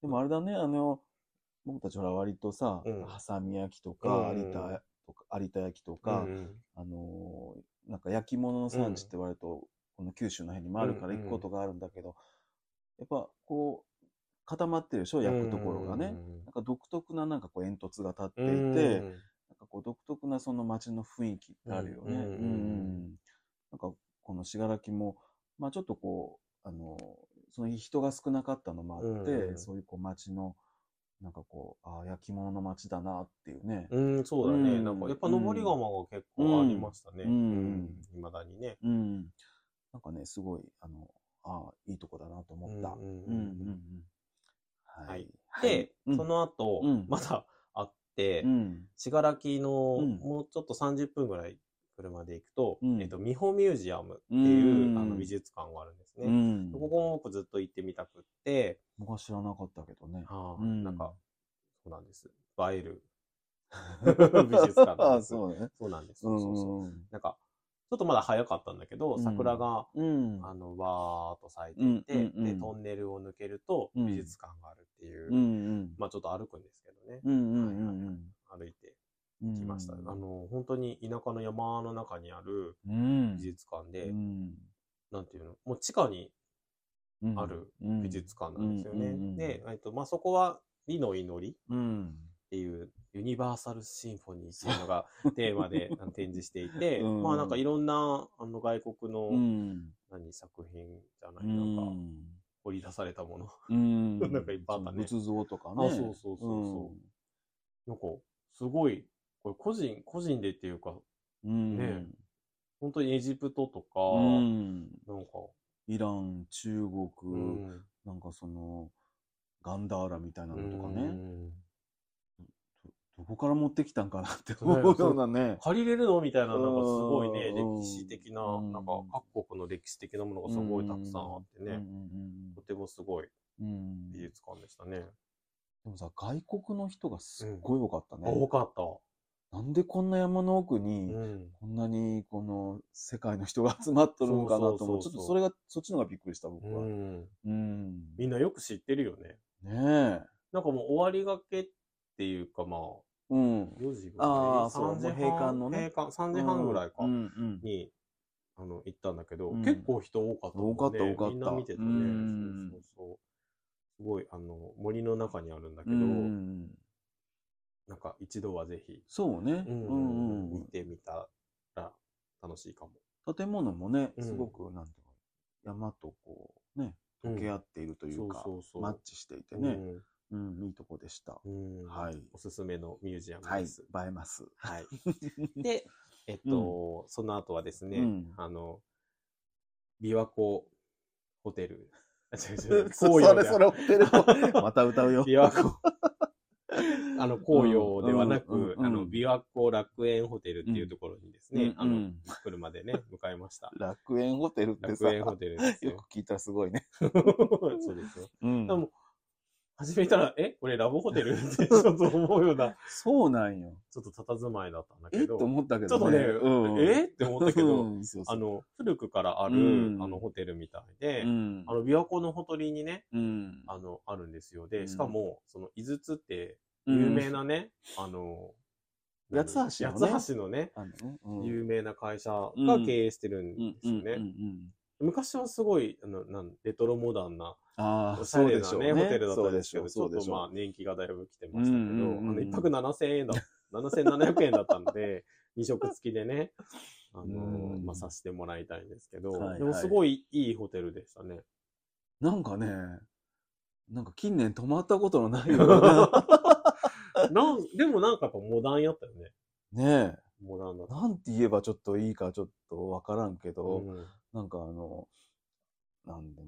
S1: でもあれだね、あの、僕たちほら割とさ、
S2: うん
S1: ハサミ焼きとか、
S2: うん
S1: 有田とか、有田焼きと
S2: う
S1: か、
S2: ん
S1: あのーなんか焼き物の産地って割と、この九州の辺にもあるから
S2: うんう
S1: 行
S2: ん
S1: くことがあるんだけど、やっぱこう、固まってるでしょ、焼くところがね。なんか独特ななんかこう煙突が立って
S2: う
S1: いて、
S2: ん。
S1: なんかこう独特なその街の雰囲気ってあるよね。
S2: うんうんうん
S1: うんなんかこの信楽も、まあちょっとこう、あの、その日人が少なかったのもあって、
S2: うんうん
S1: そういうこう街の、なんかこう、ああ、焼き物の街だなっていうね。
S2: うん、うんそうだね。
S1: うん
S2: なんか、やっぱ登り窯が結構ありましたね。
S1: うん
S2: いまだにね。
S1: うん。なんかね、すごい、あの、ああ、いいとこだなと思った。
S2: うんうんうん
S1: うんうんうんは
S2: はい
S1: い。
S2: で、
S1: うん
S2: その後、
S1: うん
S2: まだあって、
S1: うん。
S2: 信楽の、
S1: うん
S2: もうちょっと30分ぐらい車で行くと、
S1: うん
S2: えっと、美保ミュージアムっていう、
S1: うん
S2: あの美術館があるんですね。
S1: うん。
S2: ここも僕ずっと行ってみたくって、
S1: 僕は知らなかったけどね。
S2: あー
S1: うん
S2: なんか、そうなんです。映える 美術館なん
S1: あ
S2: です。
S1: そうね。
S2: そうなんです。
S1: う
S2: そ
S1: ん
S2: うそうそうなんか、ちょっとまだ早かったんだけど、
S1: うん
S2: 桜が、
S1: うん。
S2: あの、わーっと咲いていて、
S1: うんうんうん
S2: で、トンネルを抜けると、
S1: うん
S2: 美術館があるってい
S1: う
S2: う、
S1: んうん。
S2: まあちょっと歩くんですけどね。
S1: うんうんうんうん。
S2: あ歩いて
S1: うん。
S2: きました。あの、本当に田舎の山の中にある
S1: うん。
S2: 美術館で、
S1: うん
S2: なんていうの、もう地下に
S1: うん
S2: ある
S1: 美
S2: 美術館なんですよね。
S1: うんうんうん
S2: で、えっと、まあ、そこは、美の祈りっ
S1: うん。
S2: ていう、ユニバーサルシンフォニーっていう のがテーマであの展示していて、
S1: うん
S2: まあなんかいろんな、あの外国の、
S1: うん。
S2: 何作品じゃな
S1: う
S2: い、なんか
S1: ん。
S2: 掘り出されたもの。
S1: うん。
S2: なんかいっぱいあったね
S1: 仏像とかね。
S2: あそうそうそうそなんか、すごい、これ個人、個人でっていうか、
S1: うん。うん。
S2: ねえ本当にエジプトとか、
S1: うん。
S2: なんか、
S1: イラン、中国、
S2: うん
S1: なんかその、ガンダーラみたいなのとかね。
S2: うん
S1: どこから持ってきたんかなって
S2: そうだよ
S1: 思うようなね。
S2: 借りれるのみたいな、なんかすごいね、
S1: うん
S2: 歴史的な、
S1: うん
S2: なんか各国の歴史的なものがすごいたくさんあって
S1: うん
S2: ね、とてもすごい
S1: うんうんうん
S2: 美
S1: で
S2: 術館でしたね。
S1: もさ、外国の人がすっごい多かったね。
S2: 多かった。
S1: なんでこんな山の奥
S2: う
S1: に、
S2: ん。
S1: こんなにこの世界の人が集まっとるんかなと思う。ち
S2: そ
S1: ょ
S2: うそうそうそう
S1: っとそれが、そっちのがびっくりした、僕
S2: う
S1: は。うん。
S2: ん。みんなよく知ってるよね。
S1: ねえ。
S2: なんかもう終わりがけっていうか、まあ、
S1: うん。
S2: 4時ぐら
S1: あ
S2: い。
S1: あ
S2: 3
S1: そうも
S2: 時半
S1: う閉館のね
S2: 閉館、3時半ぐらいか。
S1: うんうん。
S2: に、あの、行ったんだけど、
S1: うん
S2: 結構人多かったもんね。
S1: 多かった多かった
S2: みんな見てた
S1: う
S2: ね
S1: ん。
S2: そうそうそう。すごい、あの、森の中にあるんだけ
S1: う
S2: ど、
S1: ん
S2: なんか一度はぜひ、
S1: そうね。
S2: うん
S1: うんう
S2: 見
S1: ん
S2: てみたら楽しいかも。
S1: 建物もね、
S2: うん
S1: すごく、なんていうか、山とこう、ね、溶け合っているというか
S2: うんそうそうそ、う
S1: マッチしていて
S2: う
S1: ね。
S2: ん
S1: うん、いいとこでした。
S2: うん
S1: はい
S2: おすすめのミュージアム
S1: はい、
S2: で
S1: 映
S2: す。
S1: えます。
S2: はい。で、えっと、その後はですね、
S1: うん
S2: あの、琵琶湖ホテル。あ違う
S1: そ
S2: 違う
S1: れ そ
S2: 紅葉
S1: れ
S2: じゃん
S1: ホテルまた歌うよ。
S2: 琵琶湖。 あの、紅葉ではな
S1: うん
S2: く
S1: う、んうん
S2: あの、琵琶湖楽園ホテルっていうところにですね、あ
S1: うんう
S2: の、
S1: ん
S2: 車 でね、向かいました。
S1: 楽園ホテルってさ、
S2: 楽園ホ
S1: よ
S2: テルですよ
S1: く。聞いたらすごいね。
S2: そうですよ。
S1: うん
S2: でも、始めたら、えこれラブホ テルってちょっと思うような、
S1: そうなんよ。
S2: ちょっと佇まいだったんだけ
S1: えっと
S2: ど、
S1: 思ったけ
S2: ちょっ
S1: ど
S2: とね、
S1: うん
S2: えって思ったけ
S1: う
S2: ど、
S1: んそうそ
S2: あ
S1: う
S2: の、古くからある、
S1: うん
S2: あの、ホテルみたいで、
S1: うん
S2: あの、琵琶湖のほとりにね、
S1: うん
S2: あの、あるんですよ。で、
S1: うん
S2: しかも、その、井筒って、有名
S1: うん
S2: なね、あの、
S1: 八つ橋のね
S2: 八つ橋のね、
S1: あのねうん
S2: 有名な会社が経営してるんですよね。
S1: うんうんうん
S2: 昔はすごい、あの、なんレトロモダンな、
S1: あ
S2: お
S1: あ、
S2: しゃ
S1: そう
S2: れ
S1: で
S2: な
S1: しょう
S2: ね、
S1: ね。
S2: ホテルだった
S1: そ
S2: ん
S1: う
S2: で
S1: ですし
S2: け
S1: ょ
S2: ど、
S1: う。
S2: ちょ
S1: そ
S2: っ
S1: うで
S2: と
S1: し
S2: まあ
S1: ょ
S2: 年季がだいぶ来てましたけど、
S1: うんうんうんうん
S2: あの、一泊7000円だ、7700円だったんで、2食 付きでね、あの、
S1: うん
S2: まあ、させてもらいたいんですけど、
S1: はいはい
S2: でもすごいいいホテルでした ね。
S1: う。なんかね、なんか近年泊まったことのないような。
S2: なん、でもなんかやっぱモダンやったよね。
S1: ねえ。
S2: モダンだった。
S1: なんて言えばちょっといいかちょっとわからんけど、
S2: うん
S1: なんかあの、なんで、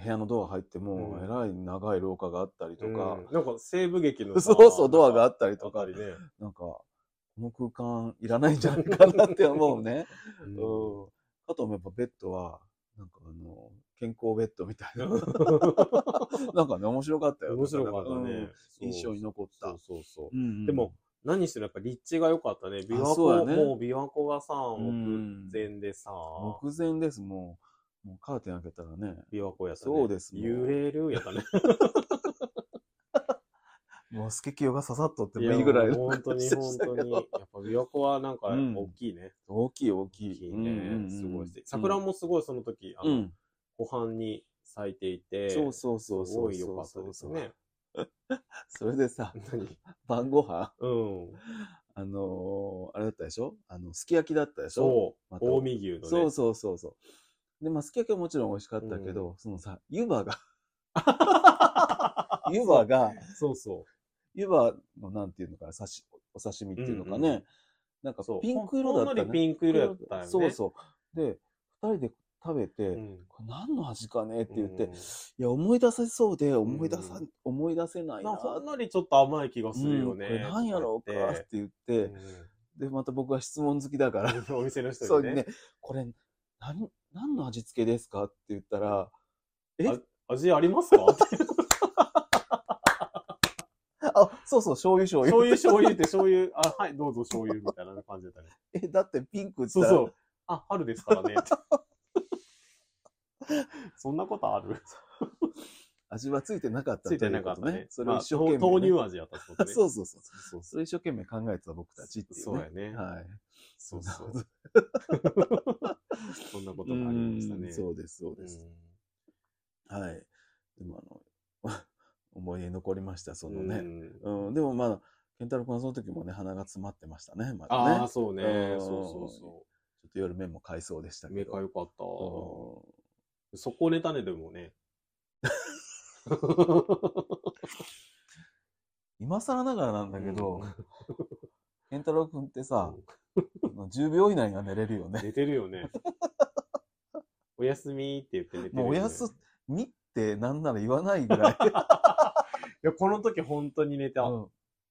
S1: 部屋のドア入っても、
S2: うん
S1: えらい長い廊下があったりとか、
S2: うんなんか西部劇の さ
S1: そうそう、ドアがあ
S2: なんか
S1: ったりと
S2: あ
S1: か
S2: った、りね。
S1: なんか、この空間いらないんじゃないかなって思うね。
S2: うん
S1: うん。あともやっぱベッドは、なんかあの、健康ベッドみたいな。 なんかね、面白かったよ。
S2: 面白かったね。
S1: うん印象に残った。
S2: そうそうそう。
S1: うんうん
S2: でも、、何しろやっぱ立地が良かったね。琵琶
S1: そう
S2: 湖、
S1: やね
S2: もう琵琶湖がさ、
S1: ん
S2: 目前でさ、
S1: 目前です、もう。もうカーテン開けたらね、
S2: 琵琶湖やったね。
S1: そうですもう
S2: 揺れるやった ね。
S1: もうスケキヨがささっとってもいいぐらい
S2: や
S1: の
S2: もう本 当に
S1: 感じ
S2: 本
S1: でした
S2: 当
S1: け
S2: に。
S1: ど
S2: やっぱ琵琶湖はなんか
S1: うん
S2: 大きいね。
S1: 大きい大き
S2: 大
S1: い。
S2: きい
S1: うんうんう
S2: ね。
S1: ん
S2: すごい素敵。桜もすごいその時、あ
S1: う
S2: の
S1: ん。
S2: 湖畔に咲いていて、
S1: そうそうそう
S2: す
S1: そ
S2: ご
S1: う
S2: い良
S1: そ
S2: か
S1: う
S2: った
S1: そう
S2: ですね。
S1: それでさ、
S2: 何
S1: 晩ご飯
S2: うん。
S1: あのーあれだったでしょあの、すき焼きだったでしょ
S2: そう
S1: ま。た
S2: 近江牛のね。
S1: そうそうそうそう。で、まあ、すき焼きはもちろん美味しかったけど、そのさ、湯葉 が、湯葉が、
S2: そうそ
S1: 湯葉のなんていうのかな、刺し、お刺身っていうのかね。
S2: うんうん
S1: なんか
S2: うそう。
S1: ピンク色だった
S2: ほん
S1: ね。
S2: のりピンク色やったよね。
S1: そうそう。で、二人で食べて、
S2: うん。
S1: これ何の味かねって言って、
S2: うん
S1: いや、思い出せそうで、思い出さ、
S2: うん
S1: 思い出せないなーっ
S2: なんか
S1: て。
S2: ほんのりちょっと甘い気がするよ
S1: うん、こ
S2: ね。
S1: れ何やろうかって言って、
S2: とか
S1: で、また僕は質問好きだから、
S2: 言ってうんお店の人
S1: そう
S2: に
S1: ね
S2: ね。、
S1: これ、何、何の味付けですかって言ったら、え
S2: あ味ありますかって
S1: あ、そうそう、醤油醤油。
S2: 醤油、醤油って醤油、あ、はい、どうぞ醤油みたいな感じだったね。
S1: え、だってピンクって
S2: そ
S1: 言っ
S2: う
S1: たら、
S2: そう。あ、春ですからね。そんなことある
S1: 味はついてなかった
S2: ついてなかっ
S1: と
S2: た
S1: いうこと
S2: ね。
S1: それを一生懸命、
S2: まあ豆豆乳
S1: 味。
S2: 味やったってことね。
S1: そうそうそう。
S2: そう
S1: それ一生懸命考えてた僕たちっていう、ね。
S2: そうやね
S1: はい。
S2: そう
S1: な
S2: そ
S1: る
S2: う
S1: ほど。
S2: そんなことがありました
S1: う
S2: ね。
S1: んそうです、そう
S2: う
S1: です。
S2: ん
S1: はい。でもあの、 思い出に残りました、そのね。
S2: うん
S1: うん、でもまあ、健太郎君はその時もね、鼻が詰まってましたね、まだね。
S2: ああ、
S1: ちょ
S2: そうね
S1: う。ん
S2: そうそうそ
S1: っと夜目も回想でした
S2: う。メ
S1: け
S2: カ
S1: ど。
S2: 良かった。
S1: うん
S2: そこネタねで もね。
S1: 今更ながらなんだけど、 健太郎君ってさ、
S2: うん
S1: あの10秒以内には寝れるよね。
S2: 寝てるよね。 おやすみって言って寝てるよね、
S1: もうおやすみってなんなら言わないぐらい。
S2: いや、この時本当に寝た。
S1: うん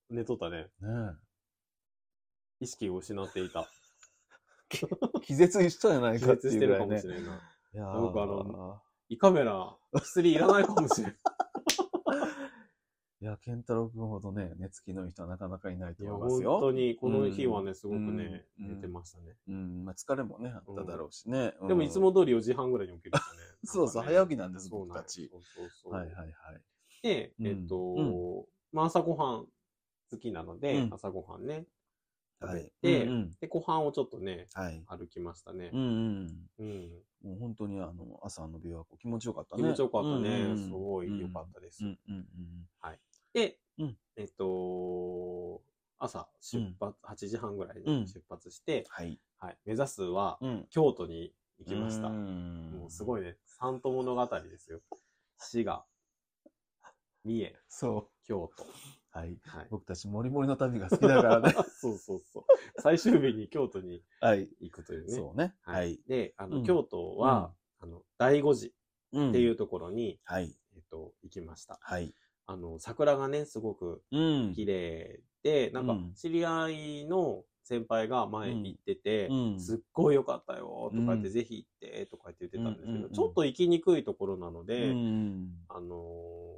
S2: 寝とったね。
S1: ね
S2: 意識を失っていた。
S1: え気絶一緒じゃない
S2: 気
S1: かって
S2: 絶し
S1: い
S2: て
S1: うぐら
S2: るか
S1: い
S2: も
S1: ね
S2: し。れないな。
S1: いや
S2: なんかあ
S1: ー
S2: 胃カメラ、薬いらないかもしれない。
S1: いや、健太郎君ほどね、寝つきのいい人はなかなかい ないと
S2: いや、
S1: 思います
S2: 本
S1: よ。
S2: 当に、この日はね、すごくね、
S1: うん
S2: 寝てましたね。
S1: うん、まあ、疲れもね、あっただろうしね。うん
S2: でも、いつも通り4時半ぐらいに起きるからね。
S1: そうそう
S2: なんかね
S1: 早起きなんです
S2: そう
S1: 僕たち
S2: そうそうそう。
S1: はいはいはい。
S2: で、
S1: うん
S2: えっ
S1: う
S2: と、まあ、朝ごはん好きなので
S1: う、ん
S2: 朝ごはんね。食
S1: は
S2: べ
S1: い。
S2: て
S1: うんうん、
S2: で、ご飯をちょっとね、
S1: はい。
S2: 歩きましたね
S1: う。んうん。
S2: うん。
S1: もう本当にあの、朝の琵琶湖気持ちよかった
S2: 気
S1: ね。
S2: 持ちよかった
S1: うんう
S2: ね。
S1: ん
S2: すごい良かったです
S1: う。んうん
S2: で
S1: うん、
S2: えっと、朝、出発、8時半ぐらいうに
S1: ん
S2: 出発して、
S1: はい。
S2: はい、目指すは、
S1: うん。
S2: 京都に行きました。も
S1: も
S2: うすごいね、三都物語ですよ。滋賀、三重、
S1: そ
S2: 京都。
S1: う。はい。。
S2: はい
S1: 僕たちモリモリの旅が好きだからね。
S2: そうそうそう。最終日に京都に
S1: はい。
S2: 行くというね。
S1: そうね。
S2: は
S1: はいい。。
S2: で、あの、
S1: うん
S2: 京都は、あの、醍醐寺
S1: うん
S2: っていうところに、
S1: はい。
S2: えっと、行きました。
S1: はい。
S2: あの、桜がね、すごく
S1: うん
S2: 綺麗で、なんか
S1: うん、
S2: 知り合いの先輩が前行ってて、
S1: うん
S2: すっごい良かったよ、とか言って、
S1: うん
S2: ぜひ行って、とか言って言ってたんですけど、
S1: うんうんうん
S2: ちょっと行きにくいところなの
S1: う
S2: で、
S1: ん。
S2: あのー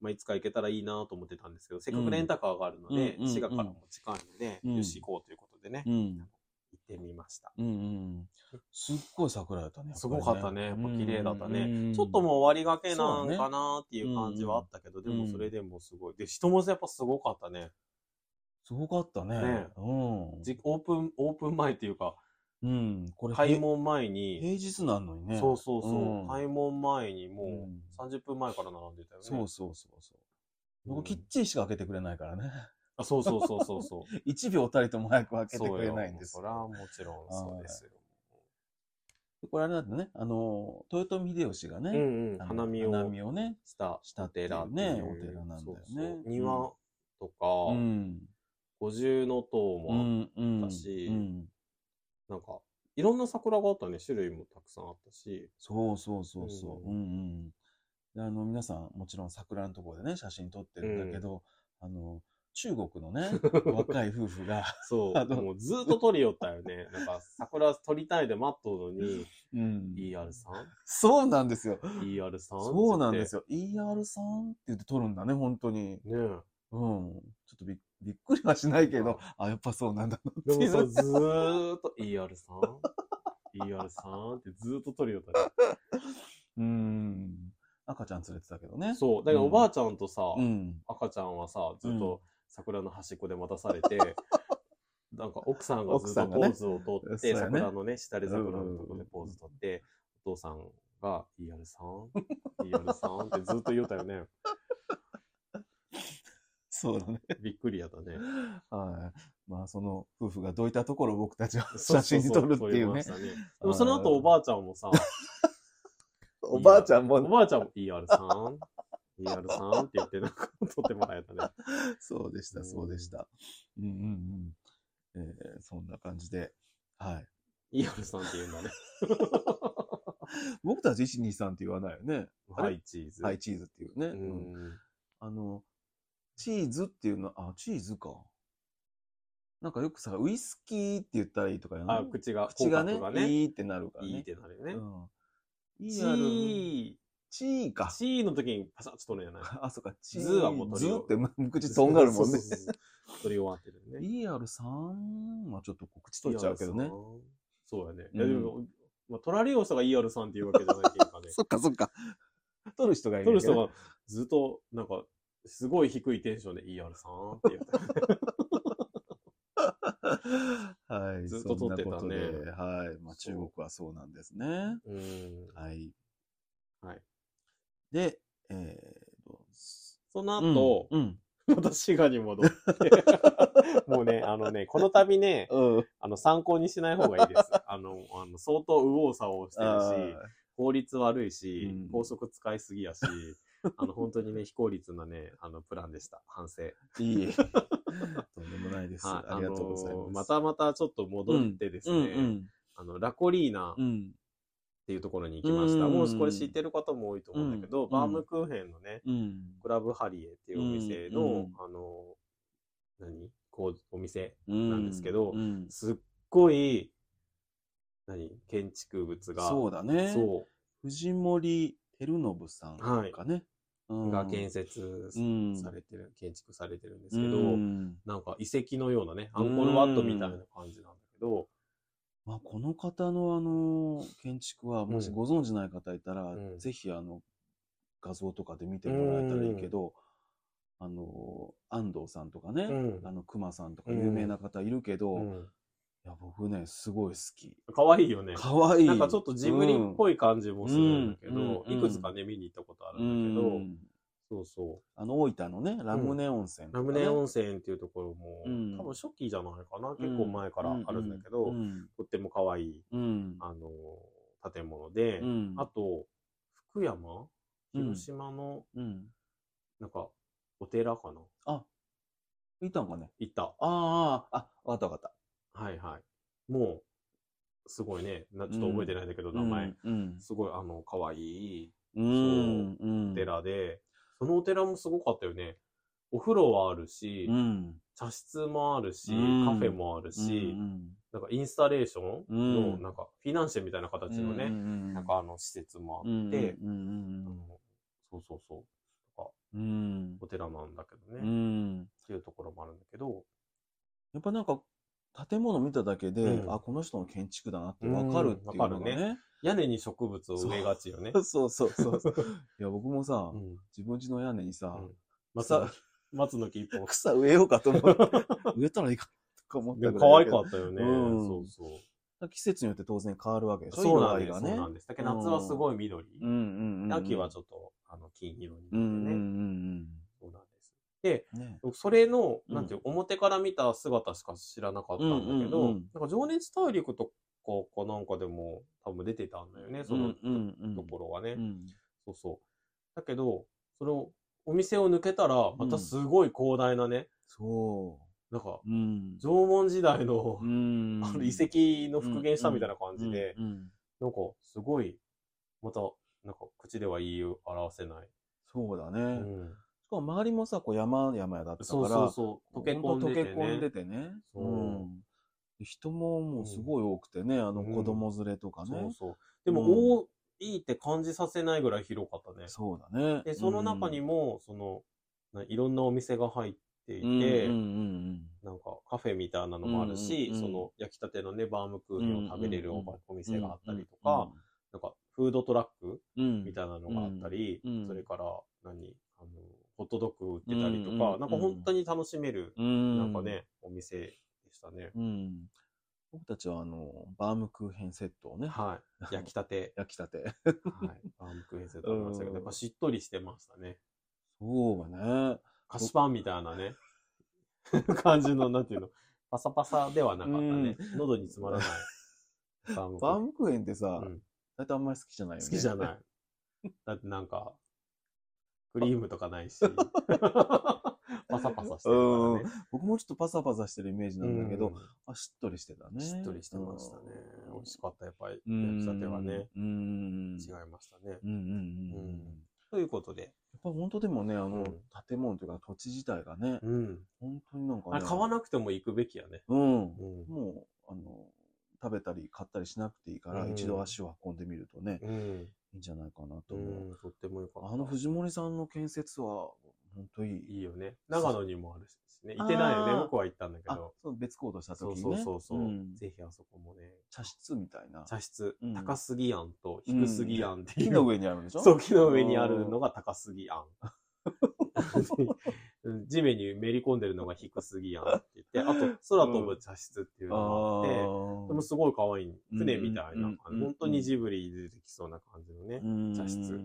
S2: まあ、いつか行けたらいいなと思ってたんですけど、せっかくレンタカーがあるので、
S1: うん
S2: 滋賀からも近いので、
S1: うん
S2: よし行こうということでね、
S1: う
S2: 行
S1: ん。
S2: ってみました。
S1: うんうん。すっごい桜だったね。
S2: すごかったね。やっぱ綺麗だった
S1: うんうんう
S2: ね。
S1: ん
S2: ちょっともう終わりがけなんかなっていう感じはあったけ
S1: そ
S2: ど、
S1: う
S2: で
S1: ね
S2: もそれでもすごい。で、人もやっぱすごかったね。
S1: すごかったね。
S2: ね
S1: うん。
S2: じオープン、オープン前っていうか、
S1: うん。これ、
S2: 開
S1: へ
S2: 門前
S1: 平
S2: に、
S1: 日なのにね。
S2: そうそうそう、
S1: ん
S2: 開門前にも
S1: うん
S2: う30分前から並んでたよね。
S1: そうそうそうそう。
S2: うん
S1: 僕、きっちりしか開けてくれないからね。
S2: あそうそうそうそうそう。
S1: 1秒たりとも早く開けて
S2: そう
S1: くれないんで
S2: よ
S1: す
S2: そ。らもちろんそうですよ。
S1: これあれなんだね、あの、豊臣秀吉が
S2: うん
S1: ね、
S2: うん、
S1: あの
S2: 花見
S1: 花
S2: を
S1: 見をね、
S2: した
S1: したっていう
S2: 寺ってい
S1: ね
S2: う
S1: お寺なんだよね
S2: そうそう
S1: うん
S2: 庭とか、
S1: うん。
S2: 五重の塔
S1: う
S2: も、
S1: ん、うん。
S2: あったし
S1: うん
S2: なんか、いろんな桜があったね、種類もたくさんあっ たし、
S1: そうそうそうそう。うんん
S2: う
S1: うん。であの、皆さん、もちろん桜のところでね、写真撮ってるんだけど、あの、中国の ね、若い夫婦が、
S2: そう、
S1: あの
S2: もうずっと撮りよったよね。なんか、桜撮りたいで待っとうのに、
S1: うん。
S2: ER さ
S1: そうなんですよ。
S2: ん ?ER さん
S1: そうなんです
S2: よ。
S1: よ。ER さんって言って撮るんだね、本当に。
S2: ねえ
S1: うん。ちょっとびっびっくりはしないけ
S2: うん
S1: ど、あ、やっぱそうなんだなって
S2: で
S1: い
S2: も
S1: う。
S2: さ、ずーっと ER さん ?ER さんってずーっと撮りよったね。
S1: うん。赤ちゃん連れてたけどね。
S2: そう、だからおばあちゃんとさ、
S1: うん。
S2: 赤ちゃんはさ、ずっ
S1: う
S2: と桜の端っこで待たさ れて、なんか奥さんがず
S1: 奥
S2: っ
S1: さ
S2: と
S1: んが
S2: ポ
S1: ね
S2: ーズをとっ
S1: そう
S2: て、
S1: やね
S2: 桜のね、下で桜のとこでポーズとって、お父さんが、イアルさん、イアルさんってずっと言うた よね。
S1: そうだね。
S2: びっくりやったね。
S1: はい。まあ、その夫婦がどういったところを僕たちは
S2: そう
S1: 写
S2: そう
S1: 真
S2: そ
S1: に撮るっていう
S2: 撮りま
S1: ね
S2: し。たでもその後おばあちゃん もさ、
S1: おばあちゃん
S2: お
S1: も、
S2: ばあちゃんも、イアルさん、イアルさんって言って、なんか撮ってもらえたね。
S1: そうでした、そうでした。うんうんうん。えーそんな感じで。はい。
S2: イアルさんって言うんだね。
S1: 僕たち1、2、3って言わないよね。あれ
S2: はい、チーズ。
S1: はい、チーズっていうね。
S2: う
S1: うん
S2: ん。
S1: あの、チーズっていうのは、あ、チーズか。なんかよくさ、ウイスキーって言ったらいいとか言う
S2: あ、
S1: の
S2: 口が、
S1: 口がね
S2: 口角、
S1: いいってなるからね。
S2: いいってなるよね。
S1: うん。
S2: チ
S1: チー、
S2: ー、
S1: チーか。
S2: チーの時にパサッと取るんじゃない
S1: あ、そうか、チー。
S2: ズーはもう取
S1: ズ
S2: る
S1: ー
S2: よ
S1: って無口とんがるもんね。
S2: そうそうそう取り終わってるね。
S1: ER さんはちょっと告知取っちゃうけどね。。
S2: そうやね。いや
S1: う
S2: で
S1: ん
S2: も、まあ、取られよう人が ER さんっていうわけじゃないっていうかね。
S1: っかそっか。
S2: 撮る人がいる
S1: 撮
S2: ん
S1: る
S2: だけど。
S1: 人が
S2: ずっと、なんか、すごい低いテンションで ER さんって言って。
S1: はい、
S2: ずっと撮って
S1: そん
S2: たね
S1: なことではい。まあ、
S2: そ
S1: 中
S2: う
S1: 国はそうなんですね。
S2: うん。
S1: はい。
S2: はい。
S1: で、えーと、
S2: その後、
S1: うん。
S2: また滋賀に戻って。もうね、あのね、この度ね、
S1: うん。うん
S2: あの、参考にしない方がいいです。あの、あの相当右往左往してるし、効率悪いし、
S1: うん
S2: 高速使いす ぎやし、あの、本当にね、非効率なね、あの、プランでした。反省。
S1: あーい い。とんでもないです。
S2: はい
S1: ありがとうござい
S2: あのー
S1: ます。
S2: たまたちょっと戻ってです
S1: うん、
S2: ね、あの、ラコリーナっ
S1: うん、うん。
S2: ていうところに行きました。
S1: うん
S2: もうこれ知ってる方も多いと思うんだけど、
S1: うん
S2: バームクーヘンのね、
S1: うん。
S2: クラブハリエっていうお店の、
S1: うん
S2: あのー、何こう、お店。
S1: なん
S2: ですけど
S1: うん、
S2: すっごい、何建築物が。
S1: そうだね。
S2: そ
S1: 藤森照信さんかね。
S2: う。が
S1: が
S2: 建設
S1: うん
S2: されてる、建築されてるんです
S1: う
S2: けど、
S1: ん
S2: なんか遺跡のようなね、アンコールワットみたいな感じなんだけど、
S1: まあ、この方のあの建築はもし
S2: うん
S1: ご存知ない方いたら、
S2: うん
S1: ぜひあの画像とかで見てもらえたらいいけど、あの安藤さんとかね、
S2: うん
S1: あの熊さんとか有名な方いるけど、
S2: う
S1: い
S2: ん
S1: や僕ねすごい好き
S2: 可愛いよね。
S1: 可愛い
S2: なんかちょっとジブリっぽ
S1: い
S2: い感じもするんだけど、
S1: うんうん
S2: いくつかね、見に行ったことあるんだけど、そうそ
S1: あの大分のねラムネ温泉と
S2: う。
S1: か
S2: ラ
S1: ね、
S2: ムネ温泉っていうところも、
S1: うん
S2: 多分初期じゃないかな、結構前からあるんだけど、
S1: うん
S2: とっても可愛い、
S1: うん
S2: あのー建物で、
S1: うん
S2: あと、福山
S1: うん
S2: 広島の、
S1: うん
S2: なんか、お寺かな
S1: いたんかね
S2: 行った。
S1: あああわかったわかっ
S2: はいはい。もう、すごいね、なちょっと覚えてないんだけど、
S1: た
S2: 名前。
S1: うん
S2: すごい、あの、可愛い
S1: うんうん
S2: お寺で、そのお寺もすごかったよね。お風呂はあるし、
S1: うん
S2: 茶室もあるし、
S1: うん
S2: カフェもあるし、なんかインスタレーション
S1: う
S2: の、
S1: ん
S2: なんか、フィナンシェみたいな形のね、
S1: な
S2: なんかあの、施設もあ
S1: うん
S2: って、
S1: うん
S2: あのそうそう
S1: う
S2: そう、
S1: んうん
S2: お寺なんだけど
S1: う
S2: ね、っ
S1: ん
S2: ていうところもあるんだけど、
S1: やっぱなんか建物見ただけで、
S2: うん
S1: あこの人の建築だなってわかるっていうのが
S2: うんわかる
S1: ね。
S2: 屋根に植物を植えがちよね。
S1: そうそうそう そう。いや僕もさ、
S2: うん
S1: 自分家の屋根にさ、
S2: うん
S1: 草
S2: 松松の木一本。
S1: 草植えようかと思 って、植えたらいいかとか思った
S2: で
S1: ぐ
S2: も
S1: らい
S2: 可
S1: だ
S2: 愛
S1: け
S2: か
S1: ど
S2: ったよね。
S1: うん
S2: そうそう。
S1: 季節によって当然変わるわけでしょ。
S2: そうなんです。
S1: 色合いが
S2: そう
S1: ね。
S2: なんです。だけど夏はすごい緑。
S1: うんうんうんうん。
S2: 秋はち
S1: ょっ
S2: ょっと、あの、金色になって
S1: う
S2: ね。
S1: んうん
S2: そうなんです。で、
S1: うん。ね。
S2: 僕それの、
S1: うん
S2: なんていう、表から見た姿しか知らなかったんだけど、
S1: うんうんうん
S2: なんか情熱大陸とかかなんかでも多分出てたんだよね、そのと,、
S1: うんうんうん
S2: ころはね、
S1: うん
S2: そうそう。だけど、そのお店を抜けたら、またすごい広大なね、
S1: そ
S2: なんか、
S1: う。うん。
S2: 縄文時代の、
S1: うん
S2: あの遺跡の復元したみたいな感じで、
S1: うんうん
S2: なんか、すごい、また、なんか、口では言い表せない。
S1: そうだね。
S2: う
S1: し
S2: ん、
S1: かも周りもさ、こう山々だったから、
S2: そうそうそう。溶け込んでて、
S1: ほと
S2: ね。
S1: 溶け込んでてね。
S2: そう
S1: うん人ももうすごい多くてね、あの
S2: うん
S1: 子供連れとかね。
S2: そうそう。でも、
S1: う
S2: 多いって感じさせないぐらい広かったね。
S1: そうだね。
S2: で、その中に
S1: も
S2: も、その、ないろんなお店が入っていて、
S1: うんうん
S2: なんかカフェみたいなのもあるし、
S1: うんうんうん
S2: その焼きたてのね、バームクーヘンを食べれるお,、
S1: うんうんうん
S2: お店があったりとか、、なんかフードトラック
S1: うんうん、
S2: みたいなのがあったり、
S1: うんうん
S2: それから何、あの、ホットドッグ売ってたりとか、
S1: うんうんうん
S2: なんか本当に楽しめる
S1: うん
S2: なんか、ね、お店でしたね。
S1: うん。僕たちはあの、バームクーヘンセットをね、。
S2: はい。焼きたて
S1: 焼きたて。
S2: はい。バームクーヘンセットありましたけ
S1: うん
S2: ど、やっぱしっとりしてましたね。
S1: そうね。
S2: 菓子パンみたいなね、感じの、なんていうの、パサパサではなかったね。喉に詰まらない。バームク
S1: バー
S2: ー
S1: ムクーヘンってさ
S2: ヘン、うん
S1: 大体あんまり好きじゃないよね。
S2: 好きじゃ
S1: い。
S2: ない。だってなんか、クリームとかないし、パサパサしてるからね。
S1: 僕もちょっとパサパサしてるイメージなんだけど、
S2: うん
S1: あしっとりしてたね。
S2: しっとりしてましたね。美味しかった、やっぱり。
S1: うん
S2: 焼きたてはね、。
S1: うんうんうん。
S2: 違いましたね。
S1: うんうんうんう
S2: うん
S1: ん。
S2: ということで、
S1: やっぱ本当でもね、あ
S2: う
S1: の
S2: ん、
S1: 建物というか土地自体がね、
S2: うん。
S1: 本当になんか
S2: あ
S1: ね。
S2: れ買わなくても行くべきやね。
S1: うん。
S2: うん
S1: もう、あの、食べたり買ったりしなくていいから、
S2: うん
S1: 一度足を運んでみるとね、
S2: うん。
S1: いいんじゃないかなと
S2: と
S1: 思う。
S2: とってもよかった。
S1: あの藤森さんの建設は、本当いい。
S2: いいよね。長野にもあるしね。
S1: あー
S2: 行ってないよね。僕は行ったんだけ
S1: あ
S2: ど。、
S1: そう、別行動した
S2: そう
S1: 時
S2: そ
S1: に
S2: う
S1: ね。
S2: そうそう、
S1: ん
S2: ぜひあそこもね。
S1: 茶室みたいな。
S2: 茶室、
S1: うん
S2: 高すぎ庵と低すぎ庵っていう。
S1: 木の上にあるんでしょ
S2: そう、木の上にあるのが高すぎ庵。 うん地面にめり込んでるのが低すぎ庵って言って、あと空飛ぶ茶室っていうのがあって、でもすごい可愛い。船みたい
S1: うん
S2: な感
S1: うんうんうん
S2: じ。本当にジブリ出てきそうな感じのね、
S1: うん
S2: 茶室作